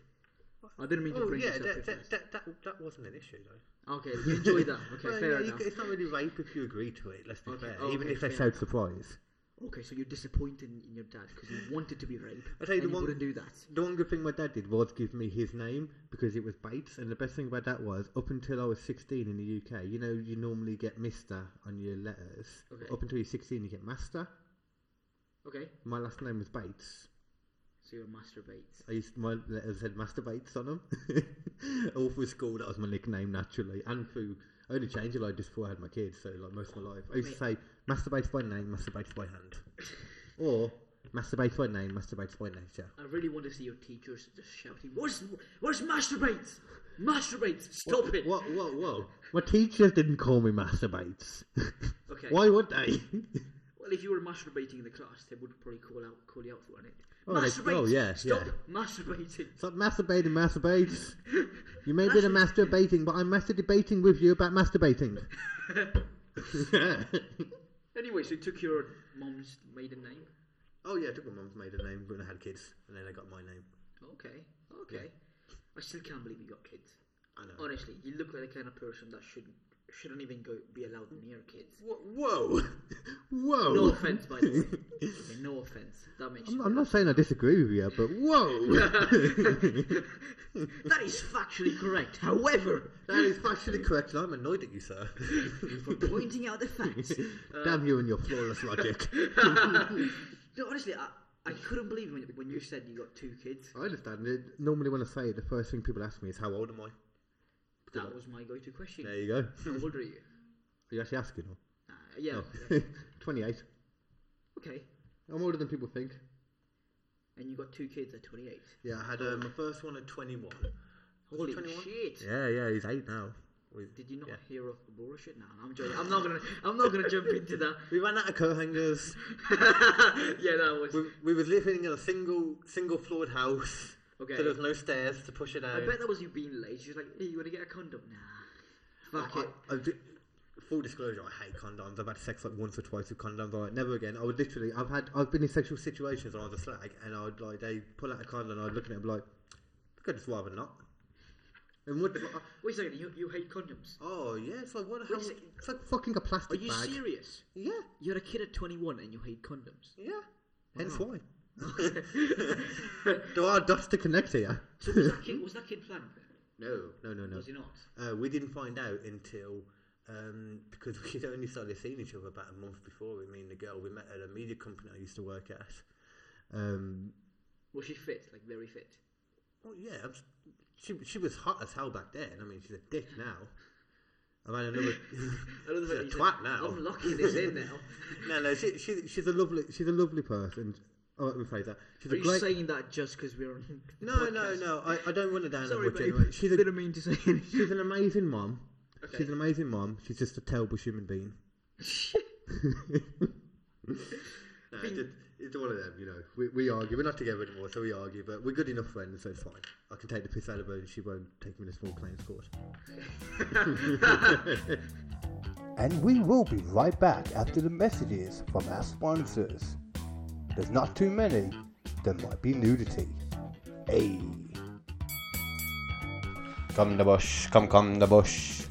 I didn't mean to
oh
bring
yeah,
this up.
that
if
that,
that's-
that that that wasn't an issue though.
Okay, you enjoy that. Okay,
Well,
fair
yeah, you
enough.
c- it's not really rape if you agree to it. Let's be
Okay,
fair.
oh,
Even
okay,
if they
fair.
showed surprise.
Okay, so you're disappointed in your dad because you wanted to be raped,
I tell
and
you the
he
one-
wouldn't do that.
The one good thing my dad did was give me his name because it was Bates, and the best thing about that was up until I was 16 in the UK, you know, you normally get Mister on your letters.
Okay.
Up until you're 16, you get Master.
Okay,
My last name was Bates.
so you're masturbates.
I used my letters said Master Bates on them. *laughs* All through school, that was my nickname naturally, and through. I only changed it like just before I had my kids, so like most of my life, I used to say Master Bates by name, Master Bates by hand, or Master Bates by name, Master Bates by nature.
I really want to see your teachers just shouting, "Where's where's masturbates? Masturbates! Stop it!"
Whoa, whoa, whoa. My teachers didn't call me *laughs* masturbates.
Okay.
Why would they? *laughs*
Well, if you were masturbating in the class, they would probably call out, call you out for it.
Oh, they-
Masturbate!
oh, yeah,
Stop
yeah.
masturbating.
Stop masturbating, masturbates. You may be the masturbating, but I'm masturbating with you about masturbating.
Anyway, so you took your mom's maiden name.
*laughs* oh, yeah, I took my mum's maiden name when I had kids, and then I got my name.
Okay, okay. I still can't believe you got kids.
I know.
Honestly, you look like the kind of person that shouldn't shouldn't even go be allowed near kids.
Whoa! *laughs* Whoa!
No offense, by the way. Okay, no offense. That makes
I'm, I'm not saying I disagree with you, but *laughs* whoa!
that is factually correct. However,
that is factually correct, and I'm annoyed at you, sir.
for pointing out the facts. *laughs*
Damn you and your flawless *laughs* logic.
No, honestly, I, I couldn't believe when, when you said you got two kids.
I understand it. Normally, when I say it, the first thing people ask me is, How old am I?
That was my go-to question.
There you go. *laughs* Are
How old are you?
you actually asking?
Uh, yeah.
Or?
yeah.
*laughs* No. 28.
Okay.
I'm older than people think.
And you got two kids at 28.
Yeah, I had um, my first one at 21.
Holy
21?
shit!
Yeah, yeah, he's eight now. We,
Did you not
Yeah.
hear of abortion? No, I'm joking. I'm not gonna. I'm not gonna jump into that. *laughs*
we ran out of co-hangers.
yeah, that was.
we, we were living in a single, single floored house.
Okay.
So there was no stairs to push it out.
I bet that was you being late. She's like, "Hey, you wanna get a condom?" Nah. Fuck it.
I, I do- full disclosure, I hate condoms. I've had sex like once or twice with condoms. I'm like, never again. I would literally, I've had, I've been in sexual situations when I was a slag, and I would like, they pull out a condom, and I'd look at it and be like, I could just rather not. And what? the-
Wait a second. You, you hate condoms?
Oh yeah, it's like what? the
Wait a
hell-
second.
It's like fucking a
Are
plastic
you
bag.
serious?
Yeah,
You're a kid at 21 and you hate condoms.
yeah. Hence
*laughs*
why. *laughs* there are dots to
*laughs*
connect here.
So was that kid? Was that kid planned?
No, no, no, no.
Was he not?
Uh, we didn't find out until um, because *laughs* we'd only started seeing each other about a month before. We, me and the girl, we met at a media company I used to work at. Um,
Was she fit? Like very fit?
Well, yeah, I'm s- she she was hot as hell back then. I mean, she's a dick now. I mean, another *laughs*
I love the
she's
fact that
a
you said,
twat now.
I'm locking this in
*laughs*
now.
no, no, she, she she's a lovely she's a lovely person. Oh, let me phrase that. She's
Are
a
you
great.
saying that just because we're on? the
no, no,
podcast?
no. I, I don't want to down
Sorry,
on
babe. *laughs*
generation. She's a
didn't mean to
*laughs*
say anything.
she's an amazing mom.
Okay.
She's an amazing mom. She's just a terrible human being. No, it's, just- it's one of them, you know. We, we argue. We're not together anymore, so we argue, but we're good enough friends, so it's fine. I can take the piss out of her, and she won't take me to small claims court. *laughs* and we will be right back after the messages from our sponsors. There's not too many. There might be nudity. Hey. Come the bush, come come the bush.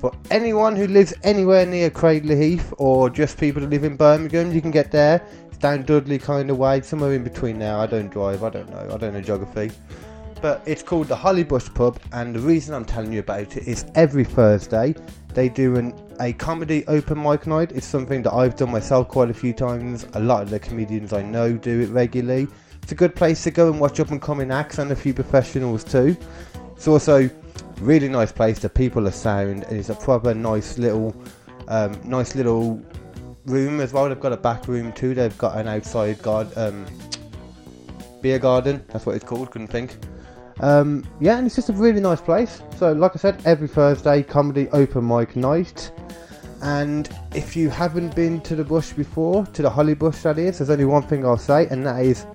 For anyone who lives anywhere near Cradley Heath or just people that live in Birmingham, you can get there. It's down Dudley kind of way, somewhere in between now. I don't drive, I don't know, I don't know geography. But it's called the Holly Bush Pub, and the reason I'm telling you about it is every Thursday they do an, a comedy open mic night. It's something that I've done myself quite a few times. A lot of the comedians I know do it regularly. It's a good place to go and watch up and coming acts and a few professionals too. It's also really nice place. The people are sound, and it's a proper nice little, um, nice little room as well. They've got a back room too. They've got an outside guard, um, beer garden. That's what it's called. Couldn't think. Um, yeah, and it's just a really nice place. So, like I said, every Thursday comedy open mic night. And if you haven't been to the bush before, to the Holly Bush that is, there's only one thing I'll say, and that is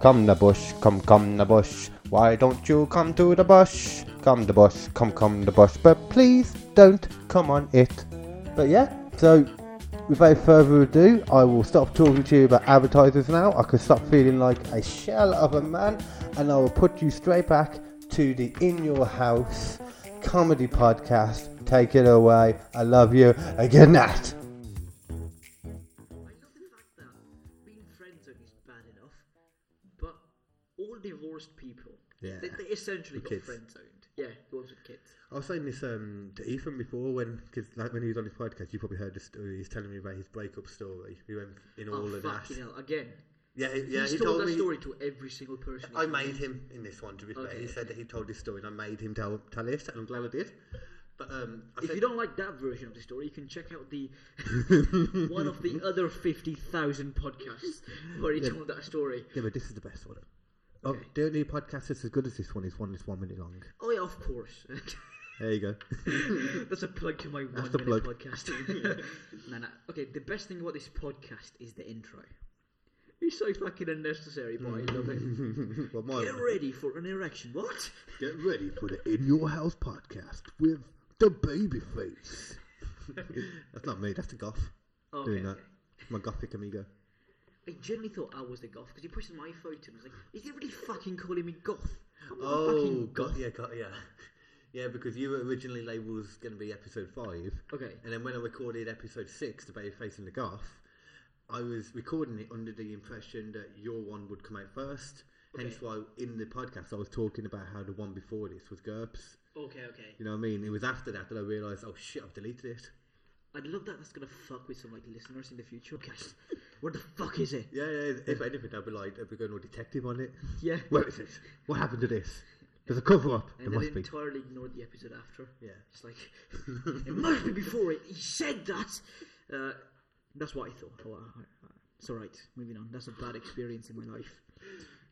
Come the bush, come come the bush. Why don't you come to the bush? Come the bush, come come the bush. But please don't come on it. But yeah, so without further ado, I will stop talking to you about advertisers now. I can stop feeling like a shell of a man, and I will put you straight back to the In Your House comedy podcast. Take it away. I love you. And good night.
I love the fact that being friendzoned is bad enough, but all divorced people,
Yeah.
they, they essentially got
kids.
friendzoned. Yeah, the ones with kids.
I was saying this um, to Ethan before when, because like when he was on his podcast, you probably heard the story. He's telling me about his breakup story. He went in all
oh,
of that.
fucking hell. Again,
Yeah, he- yeah.
he's
He
told
told
that
me.
story to every single person.
I
he's
made him in this one. To be fair,
Okay,
he said that he told his story, and I made him tell tell it, and I'm glad I did. But um, I
If
said,
you don't like that version of the story, you can check out
*laughs*
the one of the other fifty thousand podcasts where he told that story.
yeah, but this is the best one. Oh, the only podcast that's as good as this one is one that's one minute long.
Oh yeah, of course. *laughs*
There you go. *laughs*
That's a plug to my one
the
minute
plug.
podcast.
*laughs*
*laughs* no, no. Okay, the best thing about this podcast is the intro. It's so fucking unnecessary, but
Mm.
I love it.
well, my
Get ready for an erection. What?
Get ready for the In Your House podcast with the Babyface. *laughs* that's not me. That's the goth
Okay.
doing that.
okay.
My gothic amigo.
I generally thought I was the goth because he posted my photo and was like, "Is he really fucking calling me goth?" I'm not a
Oh,
fucking
got yeah, got yeah, yeah. Because you were originally labelled was going to be episode five,
Okay.
and then when I recorded episode six, the baby facing the goth, I was recording it under the impression that your one would come out first. Hence
Okay.
why in the podcast I was talking about how the one before this was GURPS.
Okay. Okay.
You know what I mean? It was after that that I realised, oh shit, I've deleted it.
I'd love that. That's gonna fuck with some like listeners in the future. Guys, what the fuck is
*laughs*
it?
Yeah, yeah. If if anything, I'd be like, I'd be going all detective on
*laughs*
it.
Yeah.
Where is it? *laughs* What happened to this? There's a cover up. There
and then
must be.
entirely ignored the episode after.
Yeah.
It's like *laughs* it must be before it. He said that. Uh, that's what I thought. Oh, I- I- it's all right. Moving on. That's a bad experience in my life.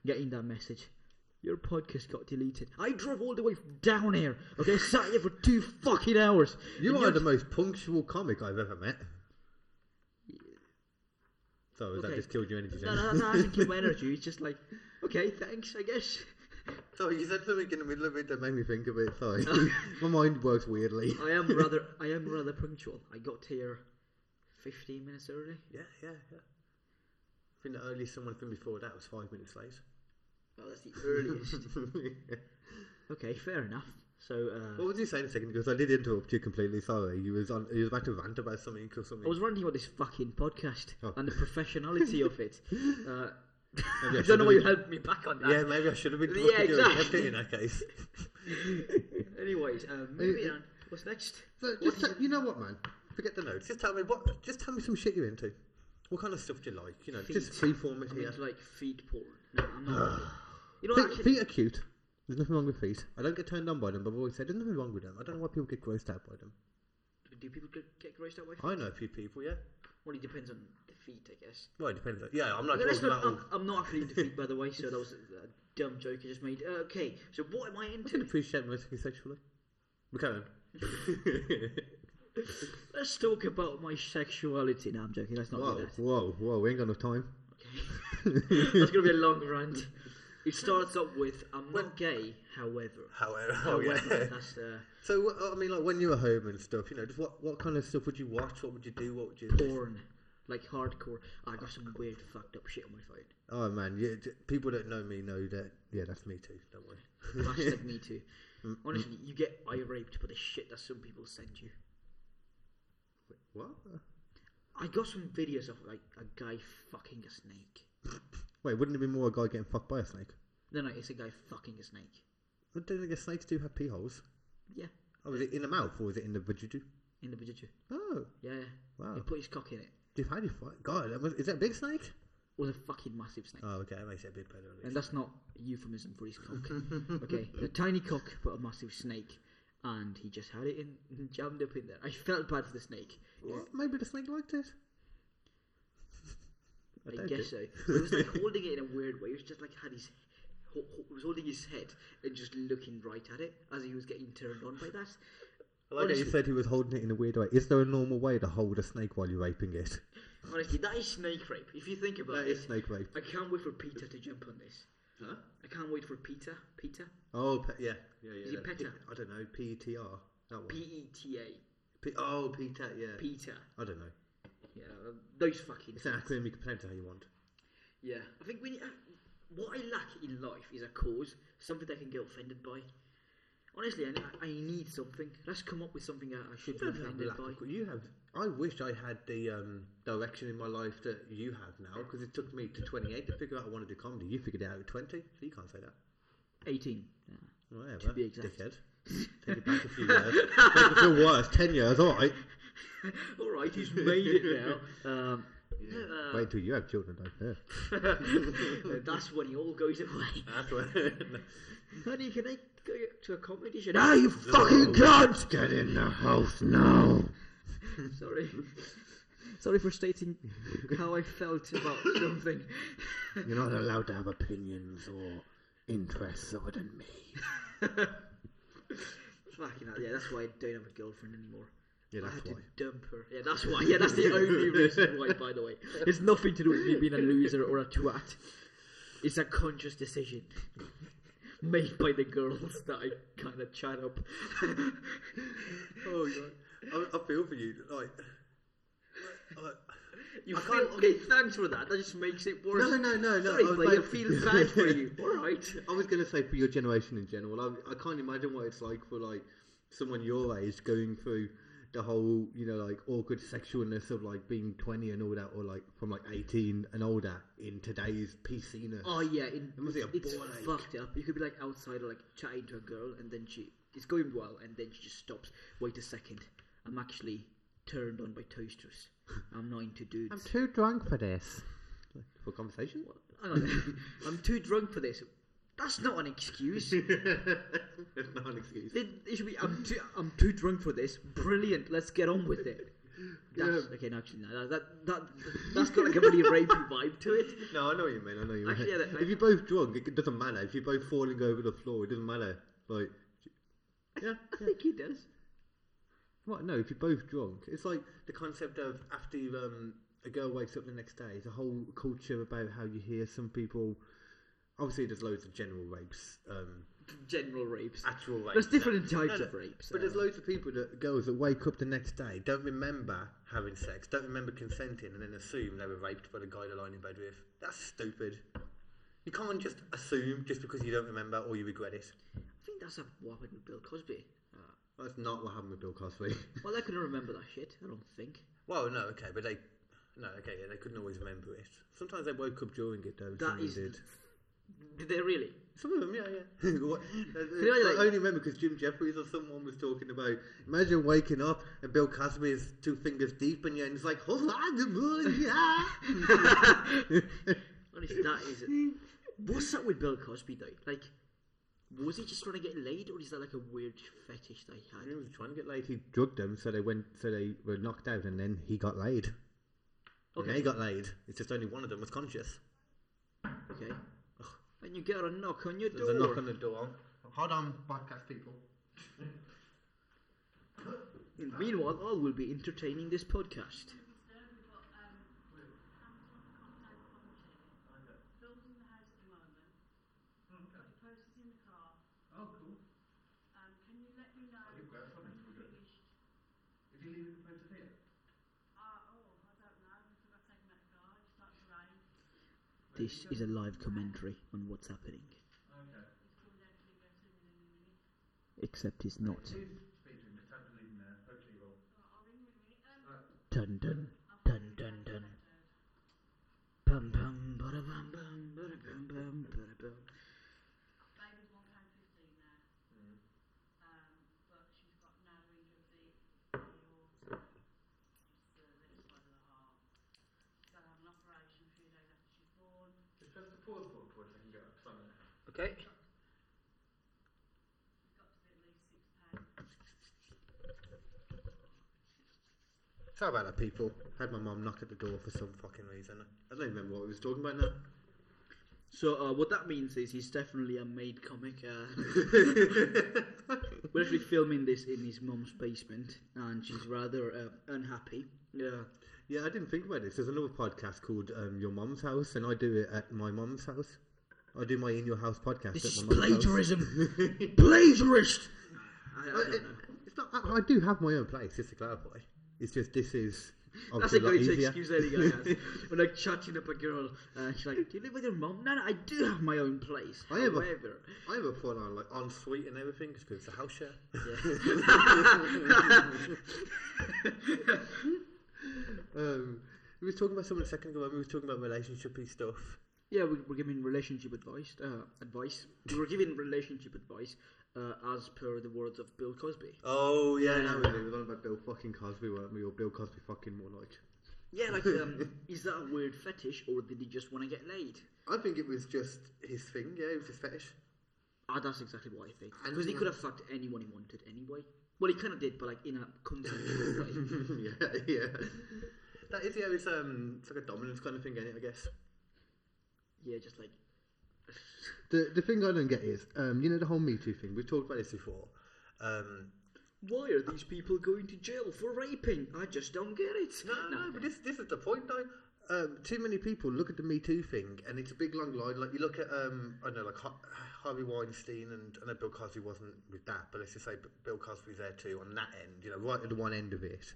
Getting that message. Your podcast got deleted. I drove all the way from down here. Okay, sat here for two fucking
*laughs*
hours.
You
And
are
you're
the most punctual comic I've ever met. So has that
Okay.
just killed your energy?
No,
Then?
no, no, I think you energy. It's just like, okay, thanks, I guess.
*laughs* Sorry, you said something in the middle of it that made me think of it. Sorry, *laughs* my mind
*laughs*
works weirdly.
I am rather, I am rather punctual. I got here fifteen minutes early.
Yeah, yeah, yeah. I think the earliest someone's been before that was five minutes late. *laughs*
Oh, that's the earliest. okay, fair enough. So uh,
what was you saying a second ago? 'Cause I did interrupt you completely. Sorry, you was on. You was about to rant about something or something.
I was ranting about this fucking podcast
Oh.
and the professionality of
*laughs*
it. Uh,
Maybe
*laughs* I
should
don't know
have
why you
been-
helped me back on that.
Yeah, maybe I should have been.
Yeah,
talking to you and kept
exactly.
it in that case.
Anyways, um,
Hey,
moving
hey.
on. What's next?
No,
What
just
did
t- you know what, man? Forget the notes. Just tell me what. Just tell me some shit you're into. What kind of stuff do you like? You know, just
Feet.
freeform it
I
here.
meant like feed porn. No, no.
uh,
You know,
Feet,
actually,
feet are cute. There's nothing wrong with feet. I don't get turned on by them, but I've always said there's nothing wrong with them. I don't know why people get grossed out by them.
do people get, get grossed out by feet?
I know a few people, yeah.
Well, it depends on the feet, I guess.
Well, it depends. on- Yeah, I'm not
Let's
talking
not-
about all.
I'm, I'm not actually into feet, by the way, so that was a dumb joke I just made. Uh, okay, so what am I
I can
into?
appreciate most things sexually. We can.
Let's talk about my sexuality. No, I'm joking. Let's not do
whoa,
that.
whoa, whoa! We ain't got enough time.
That's gonna be a long rant. It starts up with I'm not gay, however.
*laughs* However,
However, that's uh,
Oh, So what- I mean, like when you were home and stuff, you know, just what what kind of stuff would you watch? What would you do? What would you?
porn, like hardcore. I got some weird fucked up shit on my phone.
Oh man, yeah, d- people don't know me know that. Yeah, that's me too. Don't worry.
Hashtag me too. Honestly, you get eye raped by the shit that some people send you.
what?
I got some videos of like a guy fucking a snake.
Wait, wouldn't it be more a guy getting fucked by a snake?
No, no, it's a guy fucking a snake.
I don't think snakes do have pee holes.
Yeah,
Oh, is it in the mouth or is it in the vagina?
in the video.
Oh,
Yeah,
Wow.
he put his cock in it.
dude, how do you fight? God, that was, is that a big snake?
It was a fucking massive snake.
Oh, okay, that makes it a bit better.
And
at least.
that's not a euphemism for his cock. okay, a tiny cock, but a massive snake. And he just had it in, jammed up in there. I felt bad for the snake.
What? Maybe the snake liked it. I
I,
doubt
guess so. But He was like holding it in a weird way. He was just like had his, ho- ho- was holding his head and just looking right at it as he was getting turned on by that.
I like that you
Honestly-
said he was holding it in a weird way. Is there a normal way to hold a snake while you're raping *laughs* it?
Honestly, that is snake rape. If you think about it,
snake rape.
I can't wait for Peter to jump on this.
Huh?
I can't wait for Peter. Peter.
Oh, pe- yeah. yeah, yeah.
Is it
that-
PETA?
I don't know. P E T R. That one.
P E T A.
P- oh, Peter. Yeah. I
Peter.
I don't know.
Yeah, those
*laughs*
fucking.
It's an acronym you can pronounce how you want.
Yeah, I think when you, what I lack in life is a cause, something that I can get offended by. Honestly, I, ne- I need something. Let's come up with something I, I should be offended by.
You have. I wish I had the um, direction in my life that you have now, because it took me to 28 to figure out I want to do comedy. You figured it out at 20, so you can't say that.
18. Yeah.
Whatever.
be exact.
*laughs* Dickhead. Take it back a few years. Make it feel worse. 10 years, alright.
All right, he's made it *laughs* now. Um, no,
Wait until you have children, don't you?
uh, *laughs* that's when it all goes *laughs* away.
That's *laughs* what.
Honey, can I go to a comedy show? No, you *laughs*
Oh,
fucking
cunt! Get in the house now!
Sorry. Sorry for stating how I felt about *laughs* something.
You're not allowed to have opinions or interests other than me.
Fucking hell, yeah, that's why I don't have a girlfriend anymore.
Yeah,
I
that's
had
why.
to dump her. Yeah, that's why. Yeah, that's
*laughs*
the only reason why, by the way. It's nothing to do with me being a loser or a twat. It's a conscious decision made by the girls that I kind of chat up.
Oh, God. I, I feel for you. Like, like,
you
I
feel,
can't-
okay, thanks for that. That just makes it worse.
No, no, no, no,
Sorry,
I was
but I
like-
feel bad for
*laughs*
you. Alright.
I was going to say for your generation in general, I, I can't imagine what it's like for like someone your age going through the whole, you know, like awkward sexualness of like being 20 and all that, or like from like 18 and older in today's PC-ness.
Oh yeah, in,
must be a
it's
ball ache.
fucked up. You could be like outside, like chatting to a girl, and then she it's going well, and then she just stops. Wait a second, I'm actually turned on by toasters. *laughs* I'm not into dudes.
I'm too drunk for this. For conversation?
Hang on. *laughs* I'm too drunk for this. That's not an excuse.
*laughs* That's not an excuse.
it, it should be. I'm too. I'm too drunk for this. Brilliant. Let's get on with
*laughs*
it. That's,
Yeah.
Okay, no, actually, no, that that that's got like a really rapey vibe to it.
*laughs* No, I know what you mean. I know what you mean.
Actually, yeah, that-
if you're both drunk, it doesn't matter. If you're both falling over the floor, it doesn't matter. Like, yeah.
I think he does.
What? No, if you're both drunk, it's like the concept of after you've, um, a girl wakes up the next day. It's a whole culture about how you hear some people. Obviously, there's loads of general rapes, um,
General rapes.
actual rapes.
There's different
No,
types
no,
of rapes.
But
uh,
there's loads of people that girls that wake up the next day don't remember having sex, don't remember consenting, and then assume they were raped by the guy they're lying in bed with. That's stupid. You can't just assume just because you don't remember or you regret it.
I think that's a, what happened with Bill Cosby. Uh,
That's not what happened with Bill Cosby. *laughs*
well, I couldn't remember that shit. I don't think
well, no, okay, but they, no, okay, yeah, they couldn't always remember it. Sometimes they woke up during it though. some
that
of them
is.
did.
Did they really?
Some of them, yeah, yeah. *laughs* What- uh,
you
I
imagine, like-
only remember because Jim Jeffries or someone was talking about. Imagine waking up and Bill Cosby is two fingers deep in you, and it's like, "Oh, "Hold on, the moon, yeah." *laughs*
Honestly, that is. What's that with Bill Cosby though? Like, was he just trying to get laid, or is that like a weird fetish that he
I mean, he
had?
was trying to get laid. He drugged them, so they went, so they were knocked out, and then he got laid. And
Okay.
they got laid. It's just only one of them was conscious.
Okay. And you get a knock on your
There's
door.
a knock on the door. Hold on, podcast people.
And Meanwhile, I will be entertaining this podcast.
Films in the House of London. Got the posters in the car.
Oh, cool.
Um, can you let me know
Oh, you've got it.
when you've finished?
Did you leave it for here?
Uh, oh, I don't know. I think I've taken that car. It started to rain.
This is a live commentary on what's happening.
Okay.
It's coming down to be better in a minute.
Except it's not.
Please speak to him. Just have to leave him there. Hopefully he will.
Right, I'll ring you in a minute. Um,
Dun dun dun dun dun. Bum bum bada bum bum bada bum bum bada bum.
baby's one pound fifteen now. Um, but she's got no ring of the yours. The left side of the heart. She's gonna have an operation a few days after she's born.
Just press the pause button before I can go. Something.
Okay.
She's got to be at least six pounds.
Sorry about that, people. Had my mum knock at the door for some fucking reason. I don't remember what we was talking about now.
So uh, what that means is he's definitely a made comic. Uh, *laughs* we're actually filming this in his mum's basement, and she's rather uh, unhappy. Yeah.
*laughs* yeah, I didn't think about this. There's another podcast called um, Your Mum's House, and I do it at my mum's house. I do my In Your House podcast
This is
at my mum's house. *laughs*
plagiarism. Plagiarist. I, I
Uh,
don't
it-
know.
it's not, I, I do have my own place, just to clarify. It's just this is
That's
obviously
a
a lot
great
easier.
excuse any guy
*laughs*
has. When like chatting up a girl, and she's like, "Do you live with your mom?" No, no, I do have my own place.
I have a-
However,
I have a full on like en suite and everything because it's a house share. *laughs* um, we were talking about someone a second ago. when We were talking about relationshipy stuff.
yeah, we, we're giving relationship advice. Uh, advice. We're giving relationship advice uh, as per the words of Bill Cosby.
Oh yeah, no, we were on about Bill fucking Cosby, weren't we? Or Bill Cosby fucking more like.
Yeah, like,
*laughs*
um, is that a weird fetish, or did he just want to get laid?
I think it was just his thing. Yeah, it was his fetish.
Ah, that's exactly what I think.
And-
Because he could have fucked anyone he wanted anyway. Well, he kind of did, but like in a consensual
*laughs*
way.
*laughs* yeah, yeah. That is yeah, it's um, it's like a dominance kind of thing, ain't it? I guess.
Yeah, just like
The the thing I don't get is, um, you know, the whole Me Too thing. We've talked about this before. Um,
Why are these people going to jail for raping? I just don't get it.
No, no, but this this is the point though. Um, too many people look at the Me Too thing, and it's a big long line. Like you look at, um, I don't know, like Har- Harvey Weinstein, and I know Bill Cosby wasn't with that, but let's just say B- Bill Cosby's there too on that end, you know, right at the one end of it,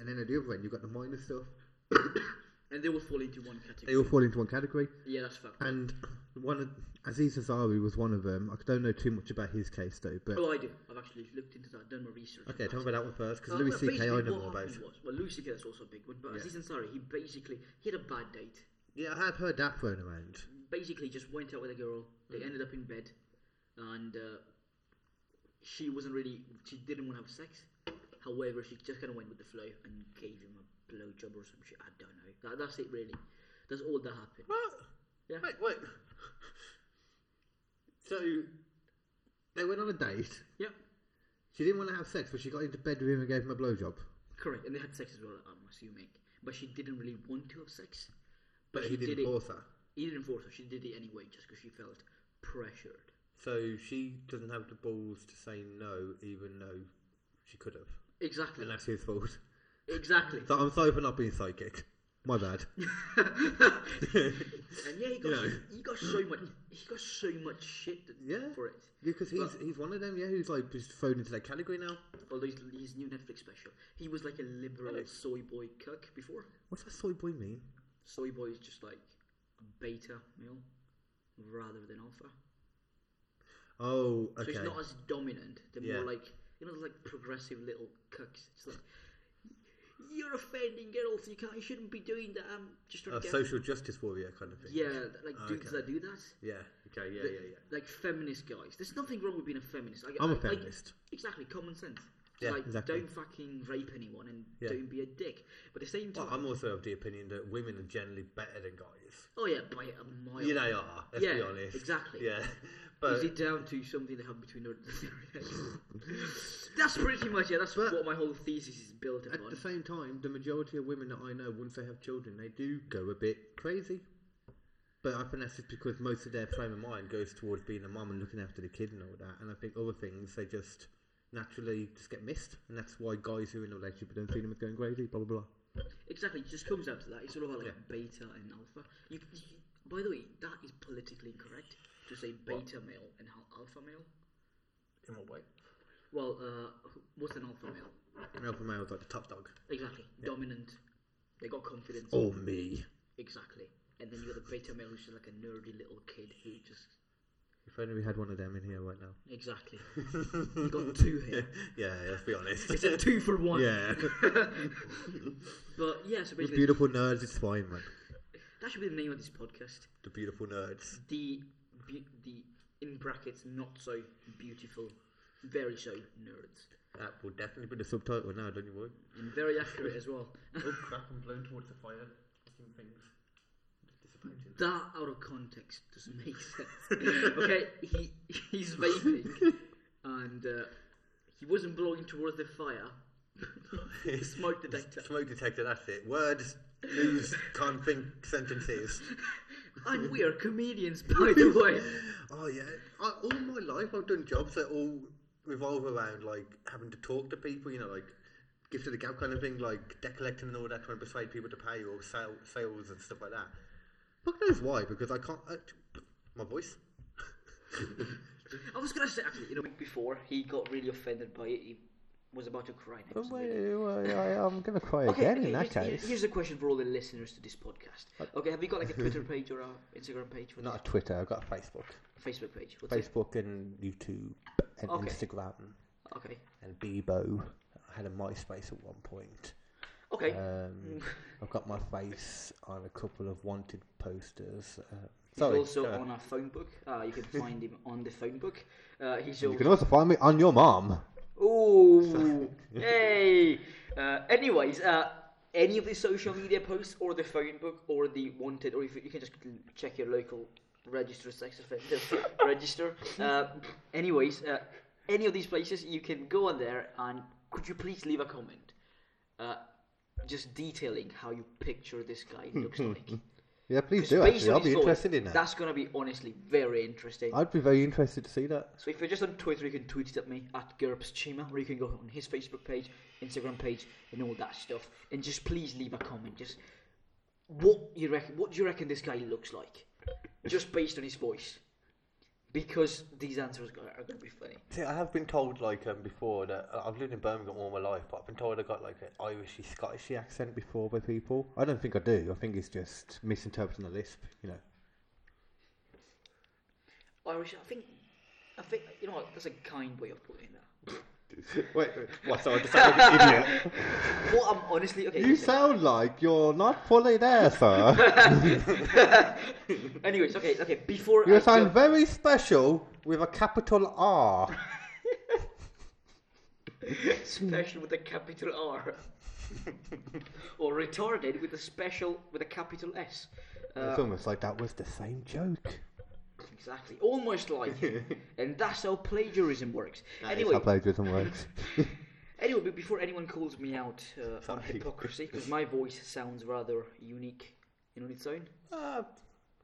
and then at the other end you've got the minor stuff. *coughs*
And they will fall into one
They
category.
all fall into one category,
Yeah, that's fucked. up.
and one of Aziz Ansari was one of them. I don't know too much about his case though, but
Oh, I do. I've actually looked into that, done my research. on
okay, tell me about that one first because
Uh,
Louis
well,
C.K. I
basically
know
what
more about.
happened was- Well, Louis C.K. is also a big one, but
Yeah.
Aziz Ansari, he basically he had a bad date.
Yeah, I have heard that thrown around.
Basically, just went out with a girl. They ended up in bed, and uh, she wasn't really. She didn't want to have sex. However, she just kind of went with the flow and gave him a blowjob or some shit. I don't know. That, that's it, really. That's all that happened.
What?
Yeah.
Wait, wait. So they went on a date.
Yep.
She didn't want to have sex, but she got into bed with him and gave him a blowjob.
Correct, and they had sex as well. I'm assuming, but she didn't really want to have sex.
But
she
he didn't
did
force
it.
her.
He didn't force her. She did it anyway, just because she felt pressured.
So she doesn't have the balls to say no, even though she could have.
Exactly.
And that's his fault. *laughs*
Exactly.
So I'm sorry for not being psychic. My *laughs* bad.
*laughs* and yeah, he got
Yeah.
he got so much he got so much shit
Yeah.
for it.
Because he's
Well-
he's one of them, yeah, who's like just thrown into that category now.
Although his, his new Netflix special, he was like a liberal
Really?
soy boy cuck before.
What's that soy boy mean?
Soy boy is just like a beta male rather than alpha.
Oh,
So
okay.
it's not as dominant. They're
Yeah.
more like you know, like progressive little cucks. It's like you're offending girls. You can't. You shouldn't be doing that. I'm just trying
a
to get.
social justice warrior kind of thing.
yeah, like dudes
Okay.
that do that.
Yeah. Okay. Yeah.
The-
Yeah. Yeah.
Like feminist guys. There's nothing wrong with being a feminist. Like,
I'm a
like-
feminist.
exactly. Common sense.
Yeah,
like,
exactly.
don't fucking rape anyone and
Yeah.
don't be a dick. But at the same time,
Well, I'm also of the opinion that women are generally better than guys.
oh yeah, by a mile.
You know, they are. Let's be
Yeah,
honest.
exactly.
Yeah, but *laughs*
Is it down to something that happened between the *laughs* That's pretty much it. That's
But-
what my whole thesis is built
At
upon.
the same time, the majority of women that I know, once they have children, they do go a bit crazy. But I think that's just because most of their frame of mind goes towards being a mum and looking after the kid and all that. And I think other things they just naturally just get missed, and that's why guys who are in a relationship with don't see them as going crazy. Blah blah blah.
Exactly, it just comes down to that. It's all about like
Yeah.
beta and alpha. You, you- by the way, that is politically incorrect to say beta male and al- alpha male.
in what way?
Well, uh, what's an alpha male?
And alpha males like the top dog.
Exactly, dominant. They got confidence.
Oh,
Or me.
Exactly. And then you got the beta male who's just like a nerdy little kid who just
If only we had one of them in here right
*laughs*
now. *laughs*
exactly. you got two here.
Yeah, let's be honest.
It's
*laughs*
a two for one. *laughs*
yeah,
But yeah, so
the
basically,
beautiful nerds. It's fine, man.
that should be the name of this podcast.
The beautiful nerds.
The be- the in brackets not so beautiful, very so nerds.
That will definitely be the subtitle now. Don't you worry.
and very accurate as well.
Oh crap! I'm blown towards the fire. Fucking *laughs* things. Disappointed.
that out of context doesn't make sense. okay, he he's vaping, and uh, he wasn't blowing towards the fire. *laughs* The Smoke detector.
Smoke detector. That's it. Words lose. Can't think sentences.
And we are comedians, by the way.
Oh yeah. I, all my life I've done jobs that all revolve around like having to talk to people. You know, like gift of the gab kind of thing, like debt collecting and all that, trying to persuade people to pay or sell, sales and stuff like that. Fuck knows why? Because I can't. Uh, t- my voice.
I was gonna say actually, you know, before he got really offended by it, he was about to cry. Next to me.
I, am gonna cry
Okay, okay, here's- Here's a question for all the listeners to this podcast.
Uh,
Okay, have you got like
*laughs*
a Twitter page or a Instagram page? Or
Not a Twitter. I've got a Facebook,
Facebook page. What's it?
Facebook and YouTube and
Okay.
Instagram
Okay.
and Bebo. I had a MySpace at one point.
Okay.
Um,
Mm.
I've got my face on a couple of wanted posters. Uh,
He's
sorry,
also
go on.
on our phone book. Uh,
*laughs*
you can find him on the phone book. Uh, he's
You
al-
can also find me on your mom. *laughs*
Ooh, hey. Uh, anyways, uh, any of the social media posts or the phone book or the wanted, or if you can just check your local register sex offender *laughs* register. Uh, anyways, uh, any of these places, you can go on there and could you please leave a comment, uh, just detailing how you picture this guy
*laughs*
looks like.
Yeah, please
'Cause
do.
based
Actually,
on
I'll
his
be
thoughts,
interested in that.
That's gonna be honestly very interesting.
I'd be very interested to see that.
So if you're just on Twitter, you can tweet it at me at GURPSChima, or you can go on his Facebook page, Instagram page, and all that stuff. And just please leave a comment. Just what you reckon? What do you reckon this guy looks like? Just based on his voice, because these answers are gonna- are going to be funny.
See, I have been told like um, before that uh, I've lived in Birmingham all my life, but I've been told I got like an Irishy, Scottishy accent before by people. I don't think I do. I think it's just misinterpreting the lisp. You know,
Irish, I think, I think you know what, that's a kind way of putting that.
*laughs* wait, wait, what? So I just sound like an
*laughs*
idiot.
What I'm honestly okay.
You
listen.
sound like you're not fully there, sir.
Anyways, okay, okay. Before I
You
go-
sound very special with a capital R.
special with a capital
*laughs*
R, or retarded with a special with a capital S. Uh,
it's almost like that was the same joke.
Exactly, almost like,
*laughs*
and that's how plagiarism works. anyway,
I played with some words.
anyway, but before anyone calls me out uh, on
Sorry.
hypocrisy, because my voice sounds rather unique in on its own.
*laughs* Uh,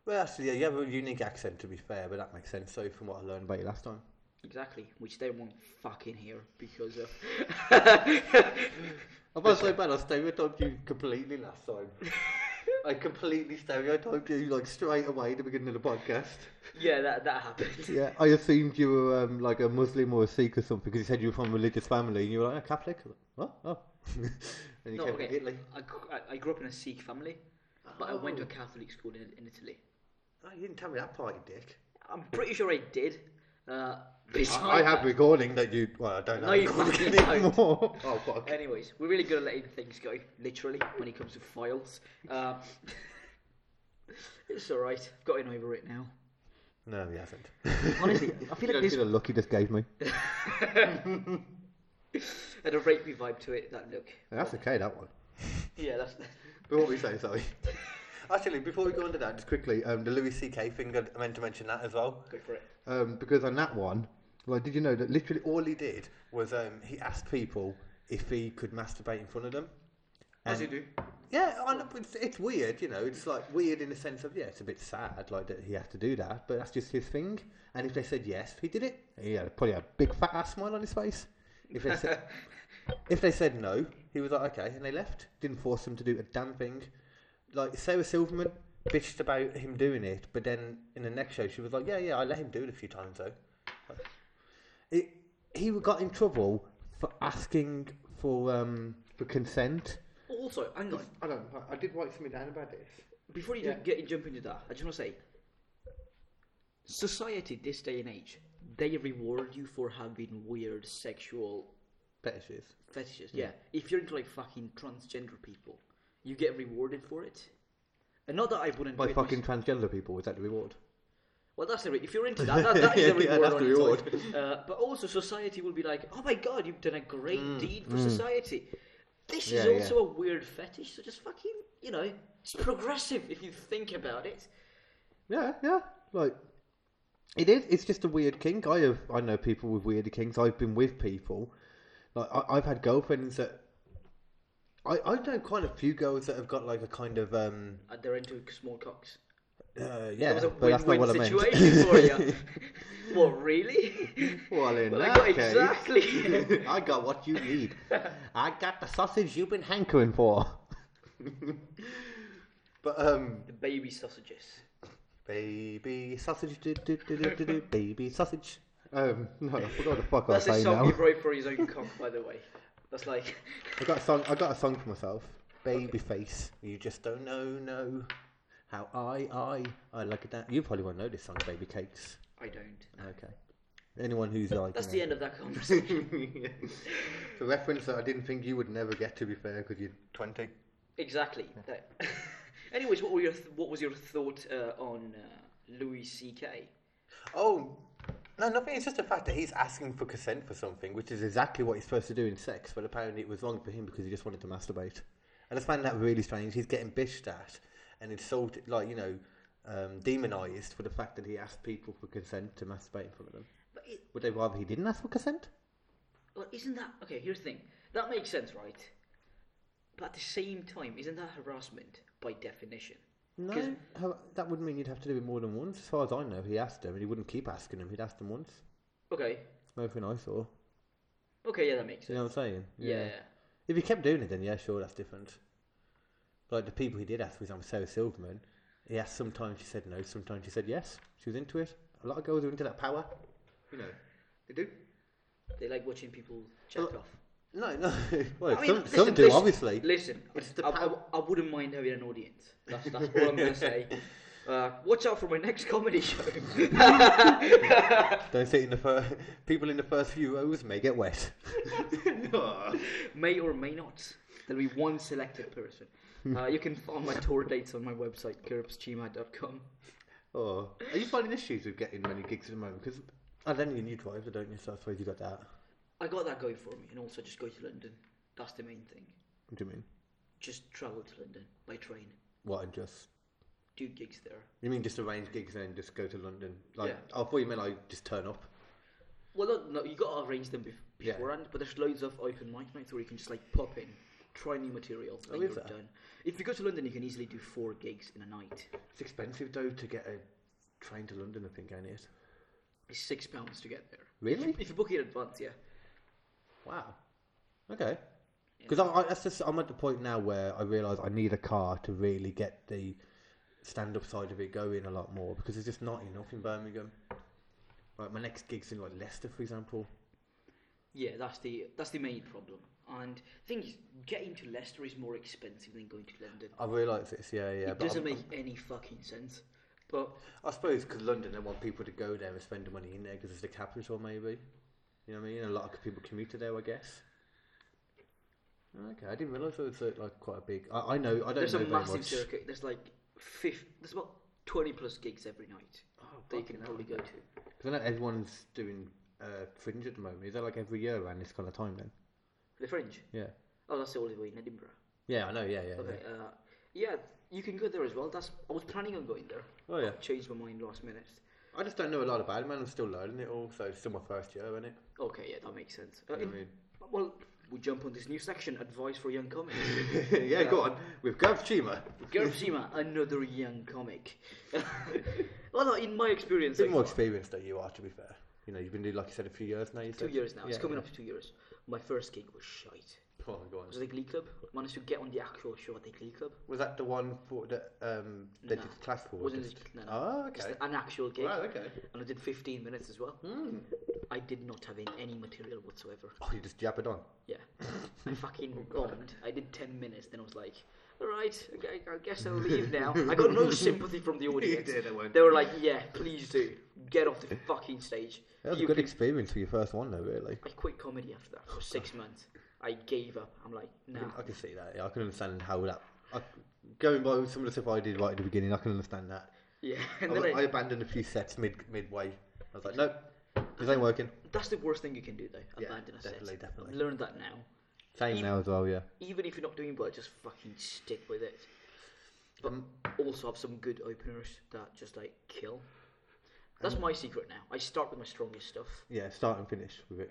well, actually, yeah, you have a unique accent to be fair, but that makes sense. So, from what I learned about you last time,
Exactly, which they won't fucking hear because of. *laughs*
I was *laughs* so bad. I stereotyped you completely last time. *laughs* I completely stereotyped you like straight away at the beginning of the podcast.
yeah, that that happened.
*laughs* Yeah, I assumed you were um, like a Muslim or a Sikh or something because you said you were from a religious family, and you were like a Catholic. I was like, What? Oh. *laughs* and you
No,
came
okay.
from Italy.
I, gr- I- I grew up in a Sikh family, but I went to
Oh.
a Catholic school in, in Italy.
Oh, you didn't tell me that part, you dick.
I'm pretty sure I did. Uh,
I, I
besides
have
that-
recording that you. Well, I don't have
No, you
recording
fucking don't.
anymore. *laughs* Oh fuck.
Anyways, we're really good at letting things go, literally, when it comes to files. Uh, *laughs* it's alright, I've gotten over it now.
No, he hasn't.
Honestly, I feel like
Don't *laughs*
this.
feel the look you just gave me.
had a rapey vibe to it. That look.
That's okay, that one.
Yeah, that's. *laughs*
But what were you saying, sorry? Actually, before we go on to that, just quickly, um, the Louis C.K. thing, I meant to mention that as well.
Go for it.
Um, because on that one, like, did you know that literally all he did was um, he asked people if he could masturbate in front of them?
As
Um,
you do.
Yeah, I know, but it's, it's weird, you know. It's like weird in the sense of yeah, it's a bit sad, like that he has to do that, but that's just his thing. And if they said yes, he did it. He had probably had a big fat ass smile on his face. If
*laughs*
they said if they said no, he was like okay, and they left. Didn't force them to do a damn thing. Like Sarah Silverman bitched about him doing it, but then in the next show she was like, yeah, yeah, I let him do it a few times though. It, he got in trouble for asking for um for consent.
Also, hang on.
I don't. I, I did write something down about this.
Before you do get jump into that, I just want to say, society this day and age, they reward you for having weird sexual
Better she is.
fetishes. Yeah. If you're into like fucking transgender people, you get rewarded for it. And not that I wouldn't.
By
do it
fucking
myself.
transgender people, was that the reward?
Well, that's the re- if you're
*laughs*
into that, that, that is the
Yeah,
reward.
that's
on
the
its own. Uh, but also, society will be like, "Oh my god, you've done a great deed for society." This
Mm, Yeah,
is also
yeah.
a weird fetish, so just fucking, you know, it's progressive if you think about it.
Yeah, yeah. Like it is. It's just a weird kink. I have. I know people with weird kinks. I've been with people. Like I, I've had girlfriends that. I, I know quite a few girls that have got like a kind of um
And they're into small cocks.
uh, yeah,
That was a
but that's not
win-win
what I meant.
situation for you. what really?
*laughs* well, in
Well, I
that
got
case,
exactly.
*laughs* I got what you
*laughs*
need. I got the sausage you've been hankering for. *laughs* but um,
the baby sausages.
Baby sausage, do, do, do, do, do, do, baby sausage. Um, no, I forgot the fuck I
That's
was
a
saying
song
now.
he wrote for his own cock, by the way. That's like,
I got a song. I got a song for myself. Baby face, you just don't know, no. How I, I, I like it that. You probably won't know this song, Baby Cakes.
I don't.
Okay. Anyone who's like.
That's the
you
end of that conversation.
know. *laughs* It's a reference that I didn't think you would never get. To be fair, because you're twenty.
Exactly. That. *laughs* Anyways, what were your th- what was your thought uh, on uh, Louis C.K.?
Oh, no, nothing. It's just the fact that he's asking for consent for something, which is exactly what he's supposed to do in sex, but apparently it was wrong for him because he just wanted to masturbate. I just find that really strange. He's getting bitched at and insulted, like, you know, um, demonized for the fact that he asked people for consent to masturbate in front of them.
But it,
Would they rather he didn't ask for consent?
well, isn't that okay? Here's the thing. That makes sense, right? But at the same time, isn't that harassment by definition?
No.
'Cause-
How, that would mean you'd have to do it more than once. As far as I know, he asked them and he wouldn't keep asking them. He'd asked them once.
Okay.
Nothing I saw.
Okay. Yeah, that makes
You
sense.
know what I'm saying?
Yeah.
If he kept doing it, then yeah, sure, that's different. Like the people he did ask, for example, Sarah Silverman, he asked sometimes she said no, sometimes she said yes. She was into it. A lot of girls are into that power. You know, they do.
They like watching people jack
Well,
off.
No, no. *laughs* well,
I mean,
some,
listen,
some do,
listen,
obviously.
Listen,
It's the
I,
power-
I, I wouldn't mind having an audience. That's, that's all I'm going to *laughs* say. Uh, watch out for my next comedy show.
Don't sit in the first. *laughs* People in the first few rows may get wet. *laughs*
may or may not. There'll be one selected person.
Hmm.
Uh, you can find my tour dates on my website, curbschima.com.
Oh, are you finding issues with getting many gigs at the moment? Because I don't need new driver, don't Oh, you? So I suppose you got that.
I got that going for me, and also just go to London. That's the main thing.
What do you mean?
Just travel to London by train,
What? And just
do gigs there.
you mean just arrange gigs and then just go to London? Like
Yeah.
I thought you meant like just turn up.
Well, no, no you got to arrange them bef-
Yeah.
beforehand, but there's loads of open mic nights where you can just like pop in, try new material, and
is
you're
there?
done. If you go to London, you can easily do four gigs in a night.
It's expensive though to get a train to London. I think ain't it?
It's six pounds to get there.
Really?
If you book it in advance, yeah.
Wow. Okay. Because I, I, that's just I'm at the point now where I realise I need a car to really get the stand-up side of it going a lot more because there's just not enough in Birmingham. Like my next gig's in like Leicester, for example.
Yeah, that's the that's the main problem. And the thing is, getting to Leicester is more expensive than going to London.
I realise this. Yeah, yeah.
it
but
doesn't
I'm-
make any fucking sense. But
I suppose because London, they want people to go there and spend the money in there because it's the capital, maybe. You know what I mean? A lot of people commute to there, I guess. Okay, I didn't realise there was uh, like quite a big. I, I know, I don't
there's
know
a
very
massive
much.
circuit. There's like fifth. There's about twenty plus gigs every night that you can probably go to.
'Cause I know everyone's doing uh, fringe at the moment. Is that like every year around this kind of time then?
The Fringe.
Yeah.
Oh, that's the only way in Edinburgh.
Yeah, I know. Yeah, yeah.
Okay. Uh, yeah, you can go there as well. That's I was planning on going there.
Oh, yeah.
But Changed my mind last minute.
I just don't know a lot about it, man. I'm still learning it all, so it's still my first year, isn't it?
Okay, yeah, that makes sense. Uh,
You
in-
know
well, we jump on this new section: advice for young comics.
what I mean? *laughs* yeah, go on. With Gav Chima.
Gerb Sima, another young comic. *laughs* well, no, in my experience,
bit
so
more
far-
experienced than you are, to be fair. You know, you've been doing, like you said, a few years now. You
two
said?
years now. it's
Yeah,
coming
yeah.
up to two years. My first gig was shite.
Go on, go on.
It was the Glee Club. Managed to get on the actual show at the Glee Club.
Was that the one for that um, they
No.
did class for?
Wasn't
just-
it- no, no.
Oh,
It's
okay.
an actual gig.
Right, okay. Hmm.
And I did 15 minutes as well. I did not have in- any material whatsoever.
Oh, you just jabbered on.
Yeah. *laughs* I fucking bombed. I did 10 minutes, then I was like, alright, okay, I guess I'll leave now. I got
*laughs*
no sympathy from the audience.
did, I won't.
They were like, yeah, please do. Get off
*laughs*
the fucking stage.
That was
You
a good
can-
experience for your first one, though, really.
I quit comedy after that for six months. I gave up. I'm like, nah.
*laughs* I can see that. Yeah, I can understand how that. I, going by some of the stuff I did right at the beginning, I can understand that.
Yeah. *laughs*
I,
And
was-
then
I
I,
abandoned a few sets mid midway. I was like, nope, this ain't working.
that's the worst thing you can do, though.
Yeah,
Abandon a
definitely,
set.
definitely.
I've learned that now.
Same
Even-
now as well, yeah.
Even if you're not doing well, just fucking stick with it. But also have some good openers that just like kill. That's
Mm.
my secret now. I start with my strongest stuff.
Yeah, start and finish with it.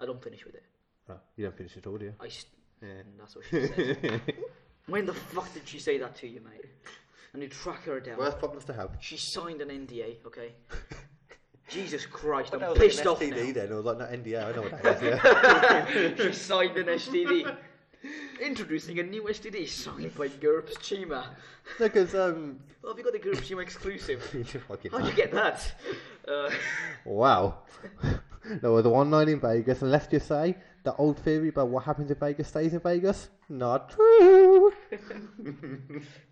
I don't finish with it.
Oh, you don't finish at all, do you?
I. St-
Yeah.
And that's what she
*laughs*
said. when the fuck did she say that to you, mate? And you track her down.
Worst problems to have.
She signed an NDA,
*laughs*
okay? Jesus Christ,
That
I'm
was like an
pissed off
STD
now.
then. I was like, no, NDA, I know what that is, yeah. *laughs*
She signed an STD. Introducing a new STD signed by GURPS Chima.
Because, um, *laughs*
Oh, have you got the GURPS Chima exclusive?
you fucking
How'd you get that? *laughs* Uh,
Wow. *laughs* there was one night in Vegas, and let's just say the old theory about what happens in Vegas stays in Vegas, not true.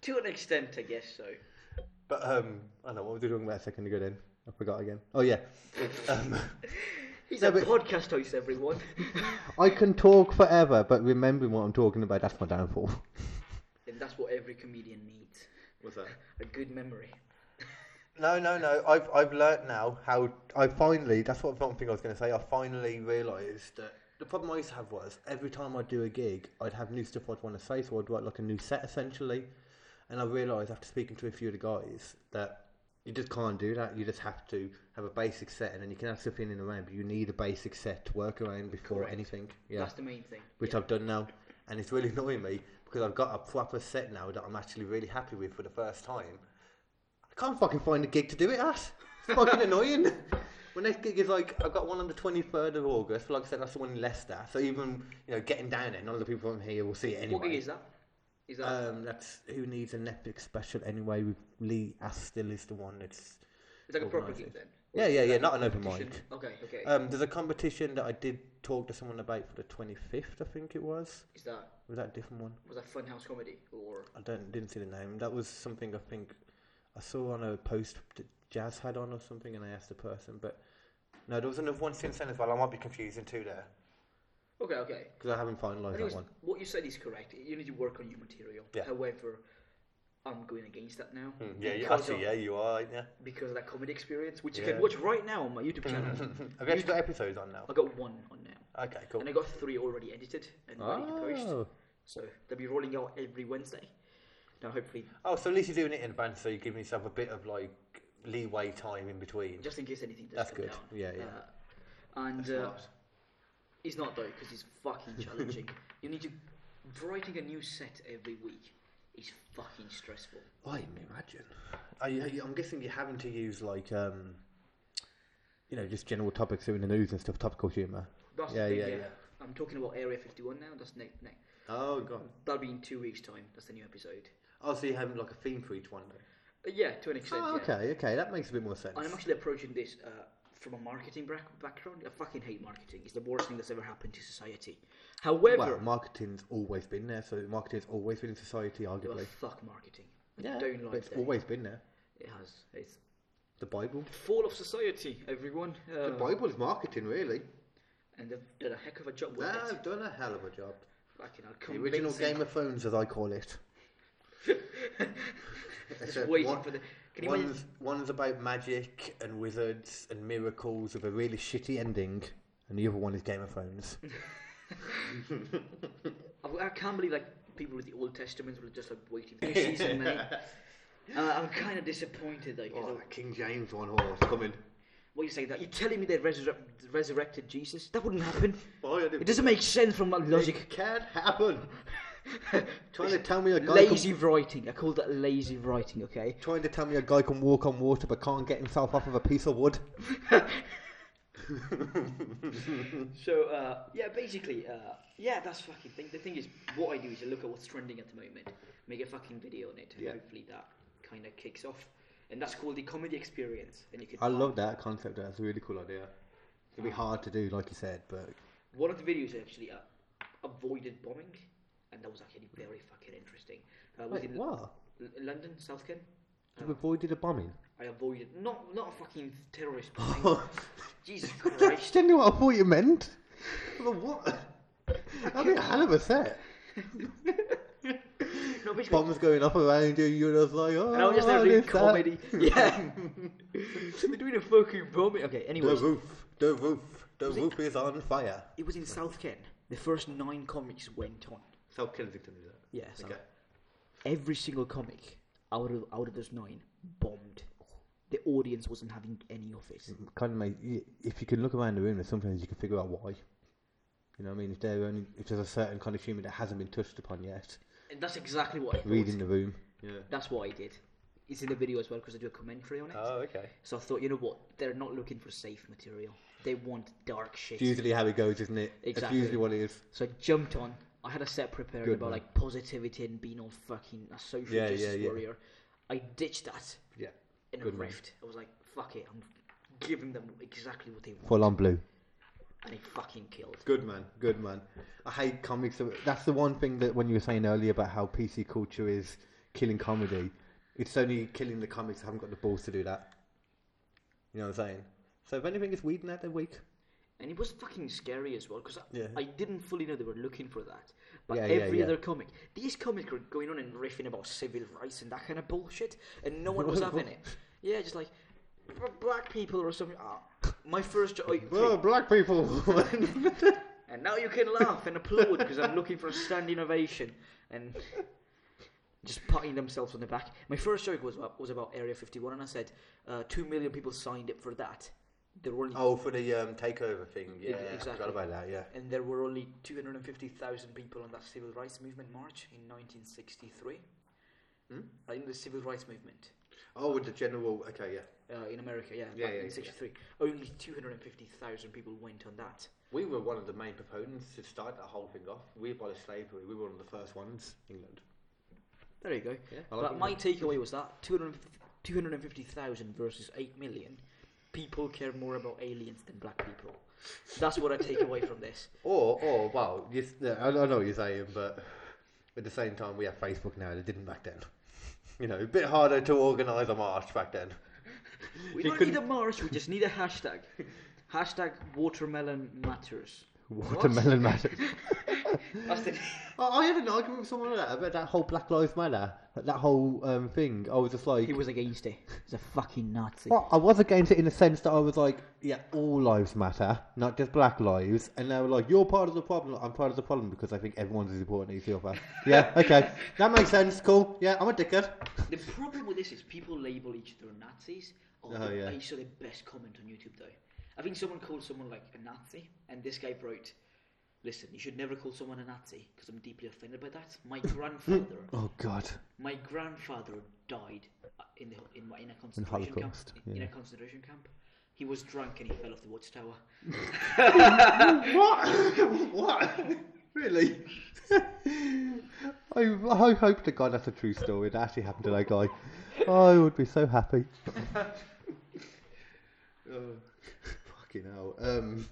to an extent, I guess so.
But um, I don't know what was I talking about a second ago then? I forgot again. Oh *laughs* yeah, um,
He's
No,
a
but-
podcast host, everyone. *laughs*
I can talk forever, but remembering what I'm talking about—that's my downfall.
and that's what every comedian needs
What's that?
a good memory.
No, no, no. I've I've learnt now how I finally. That's what one thing I was going to say. I finally realised that the problem I used to have was every time I do a gig, I'd have new stuff I'd want to say, so I'd write like a new set essentially. And I realised after speaking to a few of the guys that you just can't do that. You just have to have a basic set, and then you can add stuff in and around. But you need a basic set to work around before anything. Yeah
That's the main thing.
which I've done now, and it's really *laughs* annoying me because I've got a proper set now that I'm actually really happy with for the first time. I can't fucking find a gig to do it at. It's
*laughs*
fucking annoying. My next gig is like I've got one on the 23rd of August. Like I said, that's the one in Leicester. So even you know, getting down there, none of the people from here will see it anyway.
What gig is that? Is that.
Um, that's who needs a Netflix special anyway. With Lee Astill is the one that's.
it's like a proper
organised
gig
it.
then?
Yeah, yeah, yeah. Not an open
Competition?
mic.
Okay, okay.
Um, there's a competition that I did talk to someone about for the 25th. I think it was.
is that.
Was that a different one?
Was that Funhouse Comedy? Or.
I don't didn't see the name. That was something I think I saw on a post that Jazz had on or something, and I asked the person. But no, there was another one since then as well. I might be confusing two there
Okay, okay.
because I haven't finalised that
Anyways,
one.
what you said is correct. You need to work on your material.
Yeah. Hmm,
However, I'm going against that now.
Yeah, you,
because
actually,
of,
yeah, you are. Yeah. *laughs*
Because of that comedy experience, which you
Yeah.
can watch right now on my YouTube channel.
*laughs* Have you actually got episodes on now?
I got one on now,
Okay, cool.
and I got three already edited and ready to post.
Oh.
So they'll be rolling out every Wednesday. Now, hopefully,
oh, so at least you're doing it in advance, so you're giving yourself a bit of like leeway time in between.
just in case anything does
That's
come
good.
down.
Yeah, yeah.
Uh, and uh,
smart.
it's not though, because it's fucking
*laughs*
challenging. you need to writing a new set every week is fucking stressful.
I imagine. Are you, are you- I'm guessing you're having to use like, um, you know, just general topics that are in the news and stuff, topical humour.
That's
Yeah,
the thing,
yeah,
yeah,
yeah.
I'm talking about Area 51 now. That's next, next.
Oh god.
That'll be in two weeks' time. That's the new episode.
Oh, so you're having like a theme for each one. Though.
Uh, yeah, to an extent.
Oh,
yeah.
okay, okay, that makes a bit more sense.
And I'm actually approaching this uh, from a marketing bra- background. I fucking hate marketing. It's the worst thing that's ever happened to society. However,
Well, marketing's always been there, so marketing's always been in society,
well,
arguably.
oh, fuck marketing. I
Yeah,
don't
but
like
it's
that.
always been there.
It has. It's
The Bible.
fall of society, everyone. Uh,
The Bible is marketing, really.
And they've done a heck of a job with it.
They've done a hell of a job.
Fucking hell,
Ah, The original
convincing.
Game of Phones, as I call it.
*laughs* Just
Except
waiting
one-
for the. Can you imagine?
One's, one's about magic and wizards and miracles with a really shitty ending, and the other one is Game of Thrones.
I, I can't believe like people with the Old Testament were just like waiting for this
*laughs*
season. mate. Uh, I'm kind of disappointed though. 'cause I-
Oh, that King James one horse coming.
What are you saying? That you're telling me they resurre- resurrected Jesus? That wouldn't happen.
Oh, yeah, they-
it doesn't make sense from my logic.
It can't happen. *laughs* trying to tell me a guy
Lazy writing. I call that lazy writing. Okay.
Can, trying to tell me a guy can walk on water but can't get himself off of a piece of wood.
So uh, yeah, basically, uh, yeah, that's fucking thing. The thing is, what I do is I look at what's trending at the moment, make a fucking video on it, and
Yeah.
hopefully that kind of kicks off. And that's called the comedy experience. And you can.
I love that concept. That's a really cool idea. It'll be hard to do, like you said, but
One of the videos actually uh, avoided bombing, and that was actually very fucking interesting. Uh, was
Wait,
in
what?
L- London, South Kent.
You avoided a bombing.
I avoided not not a fucking *laughs* terrorist bombing. Jesus Christ! *laughs*
That's generally what I thought you meant. Well, what? *laughs* That'd be a hell of a set.
no, basically,
Bombs going up around you, you're just like, oh,
and I was just there doing
this, that." *laughs*
comedy. *laughs* Yeah, they're doing a fucking bombing. Okay,
The
anyways,
roof, the roof, the roof is on fire.
it was in South Kent. The first nine comics went on.
South Kensington is that?
Yeah, so every single comic out of out of those nine bombed. The audience wasn't having any of it.
Kind of make y- if you can look around the room, there's sometimes you can figure out why. You know what I mean? If there only if there's a certain kind of humour that hasn't been touched upon yet,
And that's exactly what I thought.
reading the room. Yeah.
That's what I did. It's in the video as well because I do a commentary on it.
Oh, okay.
so I thought, you know what? They're not looking for safe material. They want dark shit.
It's usually how it goes, isn't it? That's
Exactly.
usually what it is.
So I jumped on. I had a set prepared
Good
about
man.
like positivity and being all fucking a social
Yeah,
justice
yeah, yeah.
warrior. I ditched that
Yeah.
in a
Good man.
rift. I was like, fuck it, I'm giving them exactly what they want.
Full on blue.
And it fucking killed.
Good man, good man. I hate comics. that- That's the one thing that when you were saying earlier about how PC culture is killing comedy, it's only killing the comics. I haven't got the balls to do that. You know what I'm saying? So if anything, it's weeding out the week.
And it was fucking scary as well because I,
Yeah.
I didn't fully know they were looking for that. But
Yeah, yeah,
every
yeah.
other comic, these comics were going on and riffing about civil rights and that kind of bullshit, and no one
*laughs*
was having it. Yeah, just like "B- black people or something. Ah, my first
*laughs*
job.
Well, black people. *laughs*
And now you can laugh and applaud because I'm looking for a standing ovation and just patting themselves on the back. My first joke was was about Area 51, and I said uh, two million people signed up for that. There were only
oh, for the um, takeover thing. Yeah,
I exactly. forgot
about
about
that. Yeah.
and there were only 250,000 people on that civil rights movement march in 1963.
Hmm?
I think the civil rights movement
Oh, with the general. Okay, yeah.
uh, in America, yeah,
Yeah,
back
yeah,
in
yeah.
'63. Only 250,000 people went on that.
We were one of the main proponents to start that whole thing off. We abolished slavery. We were one of the first ones. England.
There you go.
Yeah, I like
but
it.
my takeaway was that 250 250,000 versus 8 million people care more about aliens than black people. That's what I take away from this.
Or, or well, you, no, I I know what you're saying, but at the same time, we have Facebook now. They didn't back then. You know, a bit harder to organise a march back then.
*laughs* We
You
don't
couldn't-
need a march, we just need a *laughs* hashtag. Hashtag watermelon matters.
Watermelon *laughs* matters.
That's the-
I, I had an argument with someone like that about that whole Black Lives Matter, that whole um, thing. I was just like,
He was against it. He's a fucking Nazi.
Well, I was against it in the sense that I was like, yeah, all lives matter, not just black lives. And they were like, you're part of the problem. I'm part of the problem because I think everyone's as important as the *laughs* other. yeah, okay. That makes sense. Cool. Yeah, I'm a dickhead.
The problem with this is people label each other Nazis. Oh,
Oh, yeah.
I saw the best comment on YouTube though. I think someone called someone like a Nazi, and this guy wrote, "Listen, you should never call someone a Nazi because I'm deeply offended by that. My
*laughs*
grandfather,
Oh, God.
my grandfather died uh, in the in, in a concentration camp.
Holocaust,
In
yeah.
a concentration camp, he was drunk and he fell off the watchtower.
What? *laughs* what? Really? *laughs* I, I hope to God that's a true story. That actually happened to that guy. Oh, I would be so happy. oh, fucking hell. Um,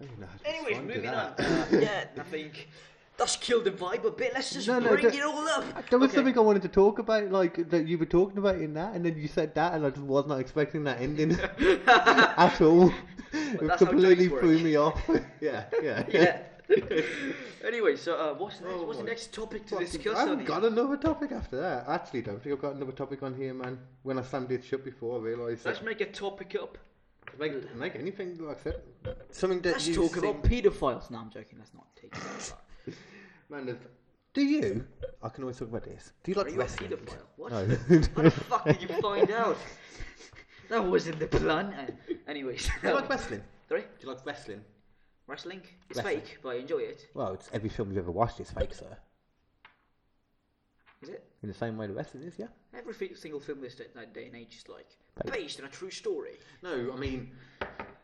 I don't know how to
Anyways,
respond to
moving on.
*laughs* that.
Uh, yeah, I think that's killed the vibe a bit. Let's just
No, no,
bring
don't-
it all up.
There was
Okay.
something I wanted to talk about, like that you were talking about in that, and then you said that, and I just was not expecting
*laughs*
that ending at all. it
that's how
completely
jokes
threw
work.
me off. *laughs* yeah, yeah.
yeah. *laughs* anyway, so uh, what's next?
Oh
what's the
my
next topic to
*laughs* Fucking-
discuss?
I
on
haven't got
here?
another topic after that. I actually don't think I've got another topic on here, man. When I slammed it shut before, I realised
Let's
that.
make a topic up.
Make, make anything like I said.
Something that
Let's
you
talk
think-
about paedophiles. No, I'm joking. Let's not take it.
Man, there's-
Do you? I can always talk about this. Do
*laughs*
you
Are
like
you a
wrestling?
paedophile? What?
No. *laughs*
How the fuck did you find out? *laughs* That wasn't the plan. Uh, anyways.
Do you like wrestling?
Sorry?
do you like wrestling?
Wrestling? It's
Wrestling.
fake, but I enjoy it.
Well, it's every film you've ever watched is fake, sir.
Is it?
In the same way the wrestling is, yeah.
Every fi- single film this day, that day and age is like based on a true story.
No, I mean,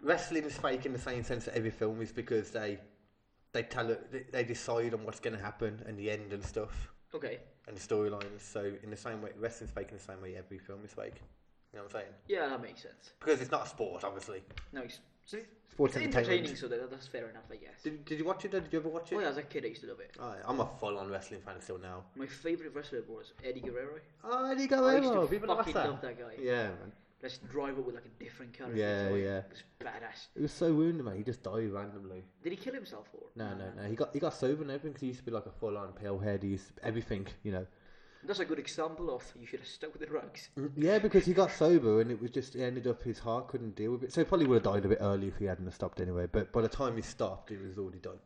Wrestling is fake in the same sense that every film is because they they tell it, they- they decide on what's going to happen and the end and stuff
Okay.
and the storylines. So in the same way, wrestling's fake in the same way every film is fake. You know what I'm saying?
Yeah, that makes sense.
Because it's not a sport, obviously.
No, it's, so it's
Sports
it's
entertainment.
entertaining, Oh, so that, that's fair enough, I guess.
Did, did you watch it? Or did you ever watch it?
Well, as a kid, I used to love it.
Alright, I'm a full-on wrestling fan still now.
My favourite wrestler was Eddie Guerrero.
Oh, there you go,
I used
Evo,
to
Viva la
fucking
Massa.
love that guy.
Yeah, man.
Let's drive it with like a different character.
Yeah,
so like,
yeah.
It was badass.
It was so wounded, man. He just died randomly.
Did he kill himself or?
No, no, no. He got he got sober and everything because he used to be like a full on pale head. He used to- everything, you know.
That's a good example of you should have stuck with the drugs.
Yeah, because he got sober and it was just it ended up his heart couldn't deal with it. So he probably would have died a bit early if he hadn't have stopped anyway. But by the time he stopped, it was already done.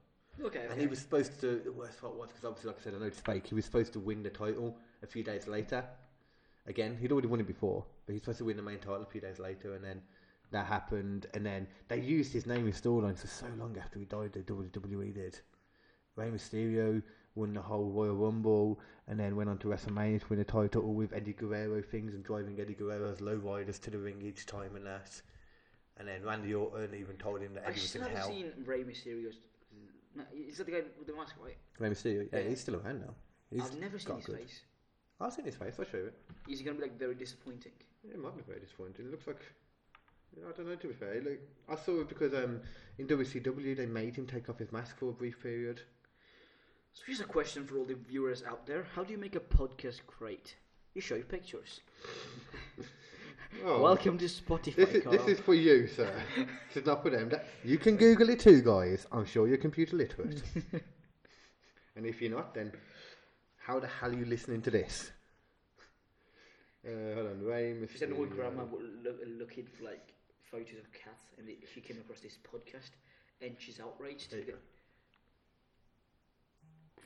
Okay.
And he was supposed to. The worst part was because obviously, like I said, I know it's fake. He was supposed to win the title a few days later. Again, he'd already won it before, but he's supposed to win the main title a few days later, and then that happened. And then they used his name in storylines for so long after he died. The WWE E did. Rey Mysterio won the whole Royal Rumble, and then went on to WrestleMania to win the title all with Eddie Guerrero things and driving Eddie Guerrero's lowriders to the ring each time and that. And then Randy Orton even told him that
I
Eddie was
still
in
haven't
hell.
seen Rey Mysterio's. No, is that the guy with the mask, right?
Rey Mysterio, yeah,
Yeah.
he's still around now. He's
I've never seen
got
his
good.
face.
I've seen his face. I'll show you it.
Is he gonna be like very disappointing?
it might be very disappointing. It looks like. I don't know to be fair. Like I saw it because um in WCW they made him take off his mask for a brief period.
So here's a question for all the viewers out there: How do you make a podcast great? You show your pictures.
Oh,
Welcome to Spotify.
this is,
Carl.
this is for you,
*laughs*
sir. this is not for them. That,
You can Google it too, guys. I'm sure you're computer *laughs* literate.
and if you're not, then how the hell are you listening to this? Uh, hold on, Ray
She said
Mysterio.
what grandma was lo- looking for like photos of cats, and it, she came across this podcast, and she's outraged.
There you go.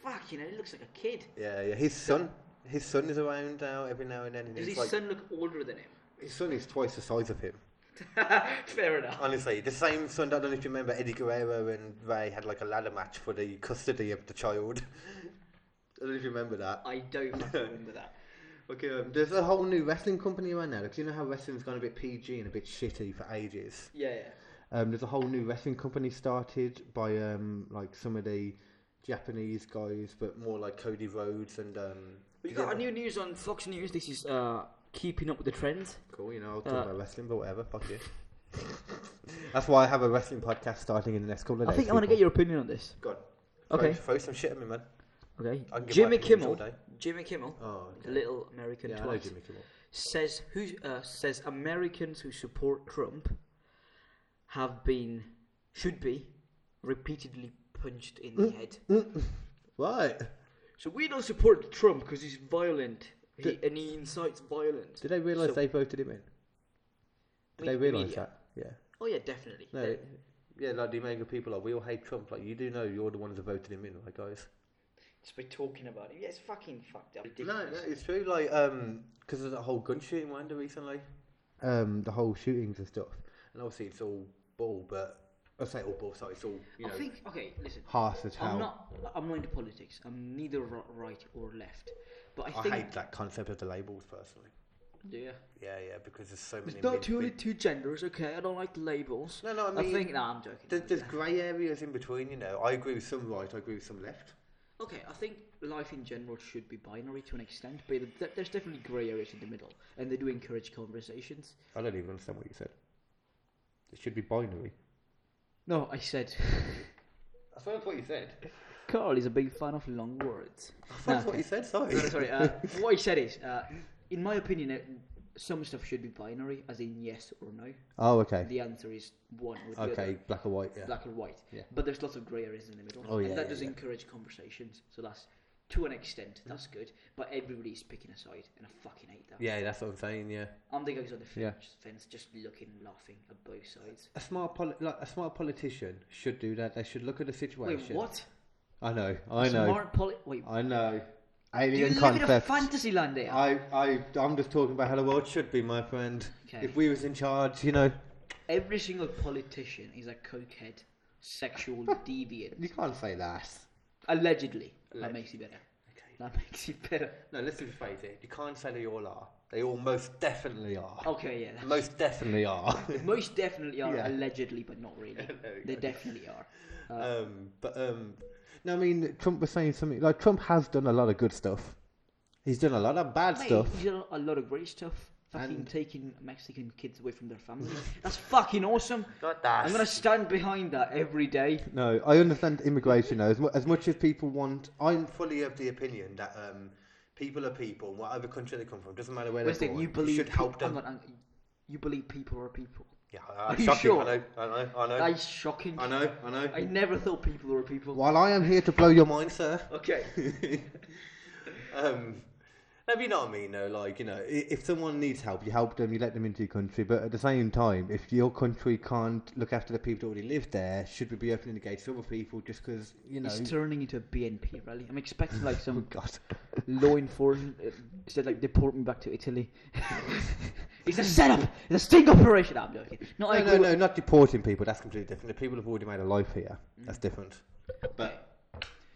Fuck, you know, he looks like a kid.
yeah, yeah. His son, his son is around now every now and then. And
Does
he's
his
like,
son look older than him?
His son is twice the size of him.
*laughs* Fair enough.
honestly, the same son. I don't know if you remember Eddie Guerrero and Ray had like a ladder match for the custody of the child. *laughs* I don't know if you remember that.
I don't *laughs* fucking remember that.
Okay, um, there's a whole new wrestling company around now. Because you know how wrestling's gone a bit PG and a bit shitty for ages.
Yeah, yeah.
Um, there's a whole new wrestling company started by um, like some of the Japanese guys, but more like Cody Rhodes and um,
We got a new news on Fox News. This is uh, keeping up with the trends.
cool. You know, I'll talk
Uh,
about wrestling, but whatever. Fuck you. *laughs* That's why I have a wrestling podcast starting in the next couple of
I
days.
think I want to get your opinion on this.
God.
Okay.
Throw, throw some shit at me, man.
Okay.
I can give
Jimmy
my opinions
Kimmel.
all day.
Jimmy Kimmel.
Oh,
The little American
yeah, I know
twat.
Jimmy Kimmel.
says who uh, says Americans who support Trump have been should be repeatedly punched in the head.
*laughs* Right?
So we don't support Trump because he's violent he, and he incites violence.
Did they realise
So-
they voted him in? Did
Me-
they realise
media.
that? Yeah.
Oh yeah, definitely.
No.
Yeah.
Yeah, like the American people are. We all hate Trump. Like you do know, you're the ones that voted him in, right, guys?
Just by talking about it, yeah, it's fucking fucked up.
No,
Ridiculous.
no, it's true. Like, um, because of the whole gun shooting went recently.
Um, the whole shootings and stuff.
and obviously it's all ball, but I say all ball, sorry, it's all you
I
know.
think okay, listen.
Harsh as hell.
I'm not. I'm not into politics. I'm neither ri- right or left. But I
I
think.
hate that concept of the labels personally.
Yeah.
Yeah, yeah, because there's so many.
There's not
mid-
too many
mid-
two genders. Okay, I don't like labels.
No, no, I mean-
think. No, I'm joking.
There's, there's grey areas in between, you know. I agree with some right, I agree with some left.
Okay, I think life in general should be binary to an extent, but th- there's definitely grey areas in the middle, and they do encourage conversations.
I don't even understand what you said. It should be binary.
No, I said, *laughs*
That's not what you said.
Carl is a big fan of long words.
That's what you said. Sorry.
No,
*laughs*
*laughs*
sorry, uh, what I said is, uh, in my opinion, uh, some stuff should be binary, as in yes or no.
Oh, okay.
The answer is one or the
Okay,
other,
black or white. Yeah.
black or white.
Yeah.
But there's lots of grey areas in the middle,
Oh, yeah,
and that
yeah,
does
yeah.
encourage conversations. So that's to an extent. That's good, but everybody's picking a side, and I fucking hate that.
Yeah, that's what I'm saying. Yeah,
I'm the guy who's on the fence,
Yeah.
fence just looking, laughing at both sides.
a smart poli- like a smart politician should do that. They should look at the
Wait,
situation.
what?
I know. I know.
Smart poli- Wait,
I know.
you
Alien
live in a
concept.
fantasy land there.
I, I, I'm just talking about how the world should be, my friend.
Okay.
If we was in charge, you know,
Every single politician is a cokehead,
*laughs*
sexual deviant.
you can't say that.
Allegedly, that makes you better. That *laughs* makes you better.
No, let's rephrase it. You can't say they all are. They all most definitely are.
Okay, yeah. that-
Most
*laughs*
definitely are.
Most definitely are
Yeah.
allegedly, but not really.
*laughs* There you
they
go.
definitely
*laughs*
are.
um, but um, no, I mean Trump was saying something like Trump has done a lot of good stuff. He's done a lot of bad
Mate,
stuff.
he's done a lot of great stuff. Fucking
And-
taking Mexican kids away from their families. That's fucking awesome.
Not that.
I'm gonna stand behind that every day.
No, I understand immigration though. As, mu- as much as people want, I'm fully of the opinion that um, people are people, whatever country they come from, doesn't matter where they're
Listen,
born.
you believe
should help
peop- hang
them.
on, hang on. you believe people are people.
Yeah,
Are
I, I,
you
shocking.
sure?
I know, I know, I know,
That is shocking.
I know, I know.
I never thought people were people.
While I am here to blow your mind, sir.
Okay.
*laughs* um, no, but you know what I mean, though. Like, you know, i- if someone needs help, you help them, you let them into your country. But at the same time, if your country can't look after the people that already live there, should we be opening the gates to other people just because, you know.
It's turning into a BNP rally. I'm expecting like
oh,
some *laughs*
God.
law enforcement uh, said like deport me back to Italy. *laughs* it's a setup. It's a sting operation. No, I'm joking. *laughs* No, I
No,
agree
no,
with-
no, not deporting people. That's completely different. The people have already made a life here.
Mm.
That's different.
*laughs*
But.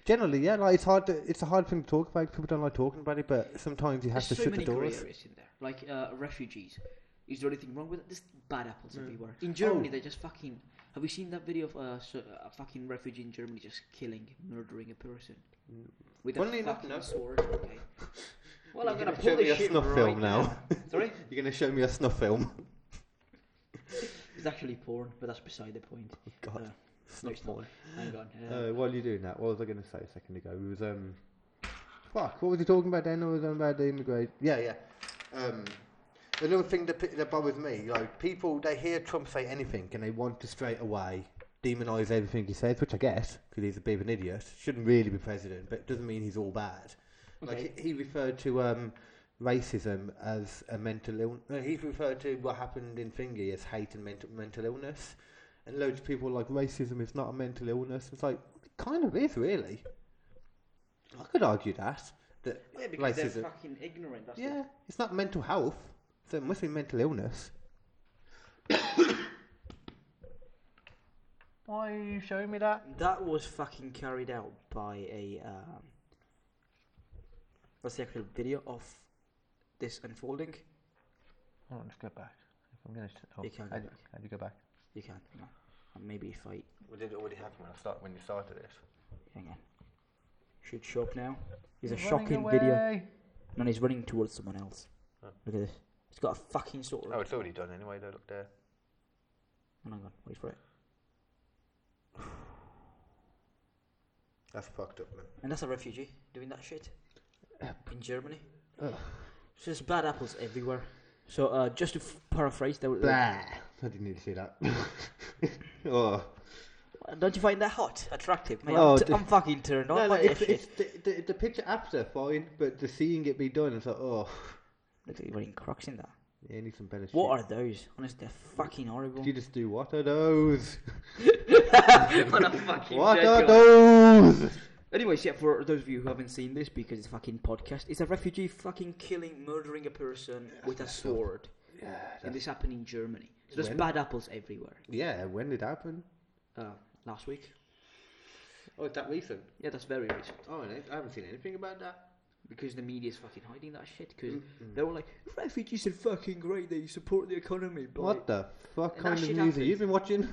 Generally, yeah, like it's hard. To, it's a hard thing to talk about. People don't like talking about it, but sometimes you have
There's
to
so
shut
many
the doors.
career areas in there, like uh, refugees. Is there anything wrong with it? There's bad apples everywhere. In
Oh.
Germany, they just fucking. Have you seen that video of uh, so, a fucking refugee in Germany just killing, murdering a person
Mm.
with a
Funnily
fucking
enough, no.
sword? Okay.
*laughs*
Well, I'm gonna
You're gonna
pull
show me
this
a
shit
snuff
right
film
now.
now. *laughs*
Sorry,
You're going to show me a snuff film. *laughs*
it's actually porn, but that's beside the point.
God.
Uh, no,
snuff
it's not.
porn.
Hang on. Uh,
Uh, while you're doing that, what was I going to say a second ago? It was um, fuck. What was he talking about then? I was on about the immigration. Yeah, yeah. Um, another thing that, pi- that bothers me, like people, they hear Trump say anything and they want to straight away demonise everything he says, which I guess because he's a bit of an idiot. Shouldn't really be president, but it doesn't mean he's all bad. Like he, he referred to um, racism as a mental illness. No, he's referred to what happened in Thingy as hate and mental mental illness. And loads of people are like racism is not a mental illness. It's like it kind of is really. I could argue that that
yeah, because they're
racism.
fucking ignorant. That's
yeah, it's not mental health, so it must be mental illness. Why are you showing me that?
That was fucking carried out by a. Um, what's the actual video of this unfolding?
Hold on, let's go back. If I'm gonna, oh,
You can't go how'd you- back.
how do you go back?
You can. Hang on. And maybe if I.
Well, did it already happen when I start when you started it?
Hang on. Should show up now. It's a shocking video. And he's running towards someone else. Look at this. It's got a fucking sword.
Oh, it's already done anyway. Though, look there.
Hang on, wait for it.
That's fucked up, man.
And that's a refugee doing that shit in Germany. So there's bad apples everywhere. So uh, just to f- paraphrase, they were,
Blah. I didn't need to see that. *laughs* oh.
don't you find that hot, attractive? Mate,
Oh,
I'm, t-
d-
I'm fucking turned on
No, no,
by this
it's,
shit.
it's the, the, the picture after fine, but the seeing it be done, it's like oh,
Look at you wearing Crocs in that.
yeah, I need some better.
What
shit.
are those? Honestly, they're fucking horrible.
you just do? What are *laughs* those?
*laughs* what a fucking
What
dead
are
guy.
those?
Anyways, yeah, for those of you who haven't seen this because it's a fucking podcast, it's a refugee fucking killing, murdering a person with a sword. and this happened in Germany. So there's bad apples everywhere.
Yeah, when did it happen?
Uh, last week.
Oh, it's that recent.
Yeah, that's very recent.
Oh, I haven't seen anything about that.
because the media's fucking hiding that shit. Because
Mm-hmm.
they're all like, refugees are fucking great. They support the economy. But
What the
And
fuck
that
kind of
shit
news have you been watching?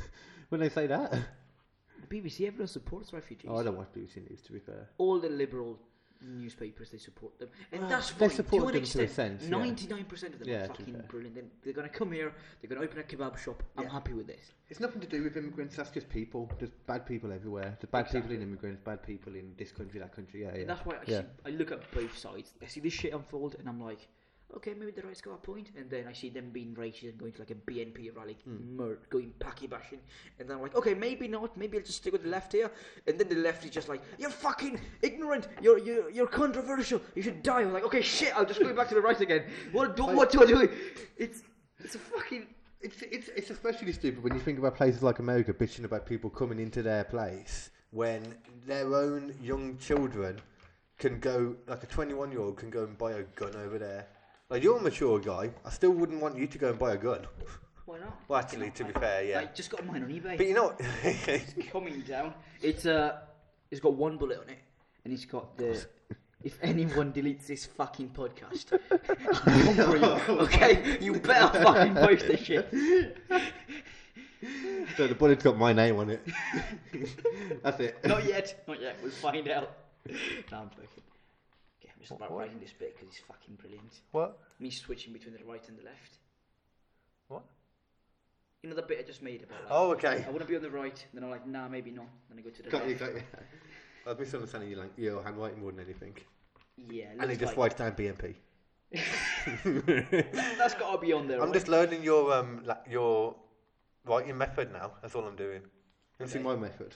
*laughs* when they say that?
the BBC, everyone supports refugees.
Oh, I don't watch BBC News to be fair.
all the liberal newspapers they support them, and that's
they
fine.
support
to an
them to a
extent.
sense, yeah.
Ninety-nine percent of them
Yeah,
are
to be
fucking
fair.
brilliant. Then they're gonna come here. They're gonna open a kebab shop. I'm happy with this.
It's nothing to do with immigrants. That's just people. There's bad people everywhere. There's bad people in immigrants. Bad people in this country, that country. Yeah, yeah.
And that's why I, see, I look at both sides. I see this shit unfold, and I'm like, okay, maybe the rights got a point. And then I see them being racist and going to like a BNP rally,
Hmm.
mur- going packy bashing. And then I'm like, okay, maybe not. Maybe I'll just stick with the left here. And then the left is just like, you're fucking ignorant. You're you're, you're controversial. You should die. I'm like, okay, shit. I'll just go back to the right again. What do what do I do? It's it's a fucking.
It's, it's, it's especially stupid when you think about places like America bitching about people coming into their place when their own young children can go, like a 21 year old can go and buy a gun over there. Like, you're a mature guy. I still wouldn't want you to go and buy a gun.
Why not?
Well, actually, to be
I
fair, yeah.
just got mine on eBay.
But you know what?
coming down. It's uh, it's got one bullet on it, and it's got
*laughs*
the. If anyone deletes this fucking podcast, you're hungry,
*laughs*
*laughs* okay, you better fucking post this shit.
so the bullet's got my name *laughs* on it. That's it.
Not yet, not yet. We'll find out. No, I'm joking. Okay, I'm just about writing this bit because it's fucking brilliant.
What?
Me switching between the right and the left.
What?
You know the bit I just made about. Like,
Oh, okay.
I want to be on the right, then I'm like, nah, maybe not. Then I go to the
Got you,
left.
*laughs* got you. I was misunderstanding your, lang- your handwriting more than anything.
Yeah,
And it
looks like-
just writes down BNP.
That's got to be on there.
I'm
right?
just learning your um like your writing method now. That's all I'm doing. You see my method.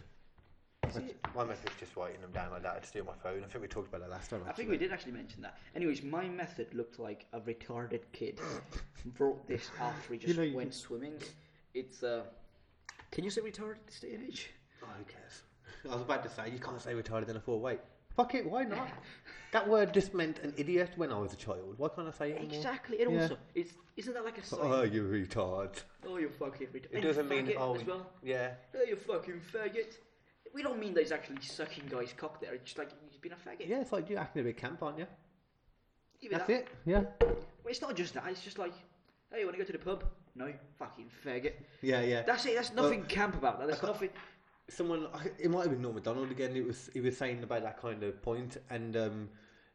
My method's just writing them down like that. I just do it on my phone. I think we talked about that last time.
I think we did actually mention that. Anyways, my method looked like a retarded
*laughs*
kid wrote this after he just
know, you
went swimming. It's uh, can you say retarded at this day and age?
Oh, who cares? I was about to say you can't say retarded in a full way. Fuck it, why *laughs* not? that word just meant an idiot when I was a child. Why can't I say it anymore?
Exactly, and
Yeah.
also it's isn't that like a sign?
Oh, you retard.
oh, you fucking retarded.
It doesn't mean oh
as well.
yeah.
Oh, you fucking faggot. We don't mean that he's actually sucking guys' cock there. It's just like he's been a faggot.
Yeah, it's like you acting a bit camp, aren't you?
Even
That's
that-
it. Yeah.
Well, it's not just that. It's just like, hey, you want to go to the pub? No, fucking faggot.
Yeah, yeah.
That's it.
Uh,
That's nothing camp about that. That's nothing.
someone I- it might have been Norm Macdonald again. It was he was saying about that kind of point, and um,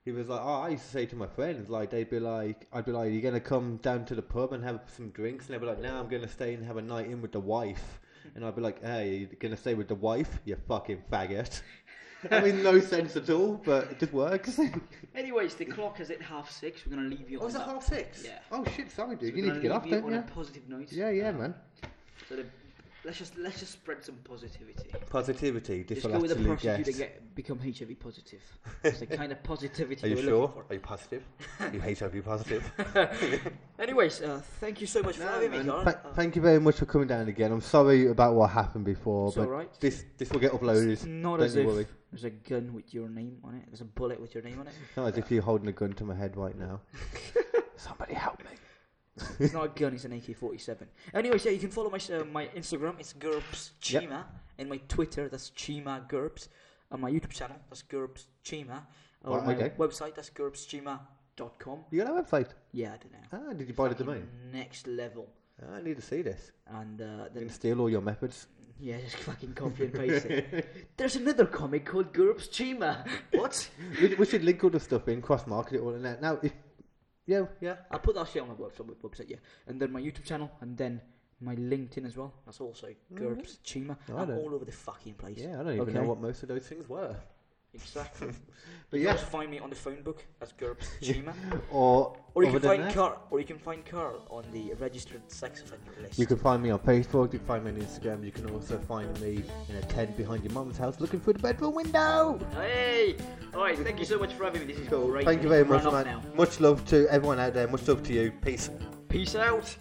he was like, "Oh, I used to say to my friends, like they'd be like, I'd be like, you're gonna come down to the pub and have some drinks,' and they'd be like, no, I'm gonna stay and have a night in with the wife.'" And I'd be like, "Hey, you're gonna stay with the wife? You fucking faggot." I mean, no sense at all, but it just
*laughs*
works.
Anyways, the clock is at half six. We're gonna leave you. on
was it
that.
Oh, half six?
Yeah.
Oh shit, sorry, dude.
We're
you
gonna
need to get
leave
off,
Uh, you
don't
on
you?
a positive note.
Yeah, yeah, man.
So the, let's just let's just spread some positivity.
Positivity. This
Just
will
go with a
absolute
prostitute
guess.
and get become HIV *laughs* positive. It's the kind of positivity
Are you
we're
sure?
looking
Are you positive? you HIV
*laughs*
positive?
for. Anyways, uh, thank you so much for having me, John. Uh,
Th- thank you very much for coming down again. I'm sorry about what happened before,
It's
but
alright.
this this will get uploaded.
Not
Don't
as
you
if
worry.
there's a gun with your name on it. There's a bullet with your name on it.
Not as if you're holding a gun to my head right
*laughs*
now. Somebody help me.
It's not a gun. It's an AK-47. Anyways, yeah, you can follow my uh, my Instagram. It's GURPS
Yep.
Chima, and my Twitter. That's Chima GURPS, and my YouTube channel. That's GURPS Chima, or
Right,
my
okay.
website. That's GURPSChima.com.
You got a website?
Yeah, I don't know.
Ah, did you buy the domain?
Next level,
Ah, I need to see this.
and uh,
I
then
can steal all your methods.
yeah, just
*laughs*
fucking copy and paste it. There's another comic called GURPS Chima. *laughs* What?
We, we should link all the stuff in, cross market it all in there. Now, if, yeah, yeah.
I'll put that shit on my website, my website, yeah. And then my YouTube channel, and then my LinkedIn as well. That's also GURPS Chima.
Mm-hmm. I
I'm
don't-
all over the fucking place.
Yeah, I don't even know
Okay.
what most of those things were. *laughs*
Exactly.
But
You can
yeah,
also find me on the phone book as
*laughs*
GURPS Chima.
or,
Or you
other
can
than
find
that,
Carl or you can find Carl on the registered sex offender list.
You can find me on Facebook, you can find me on Instagram, you can also find me in a tent behind your mum's house looking through the bedroom window.
Hey! Alright, thank you so much for having me. This is great.
Thank you very
Run
much,
off
man.
now.
Much love to everyone out there. Much love to you. Peace.
Peace out.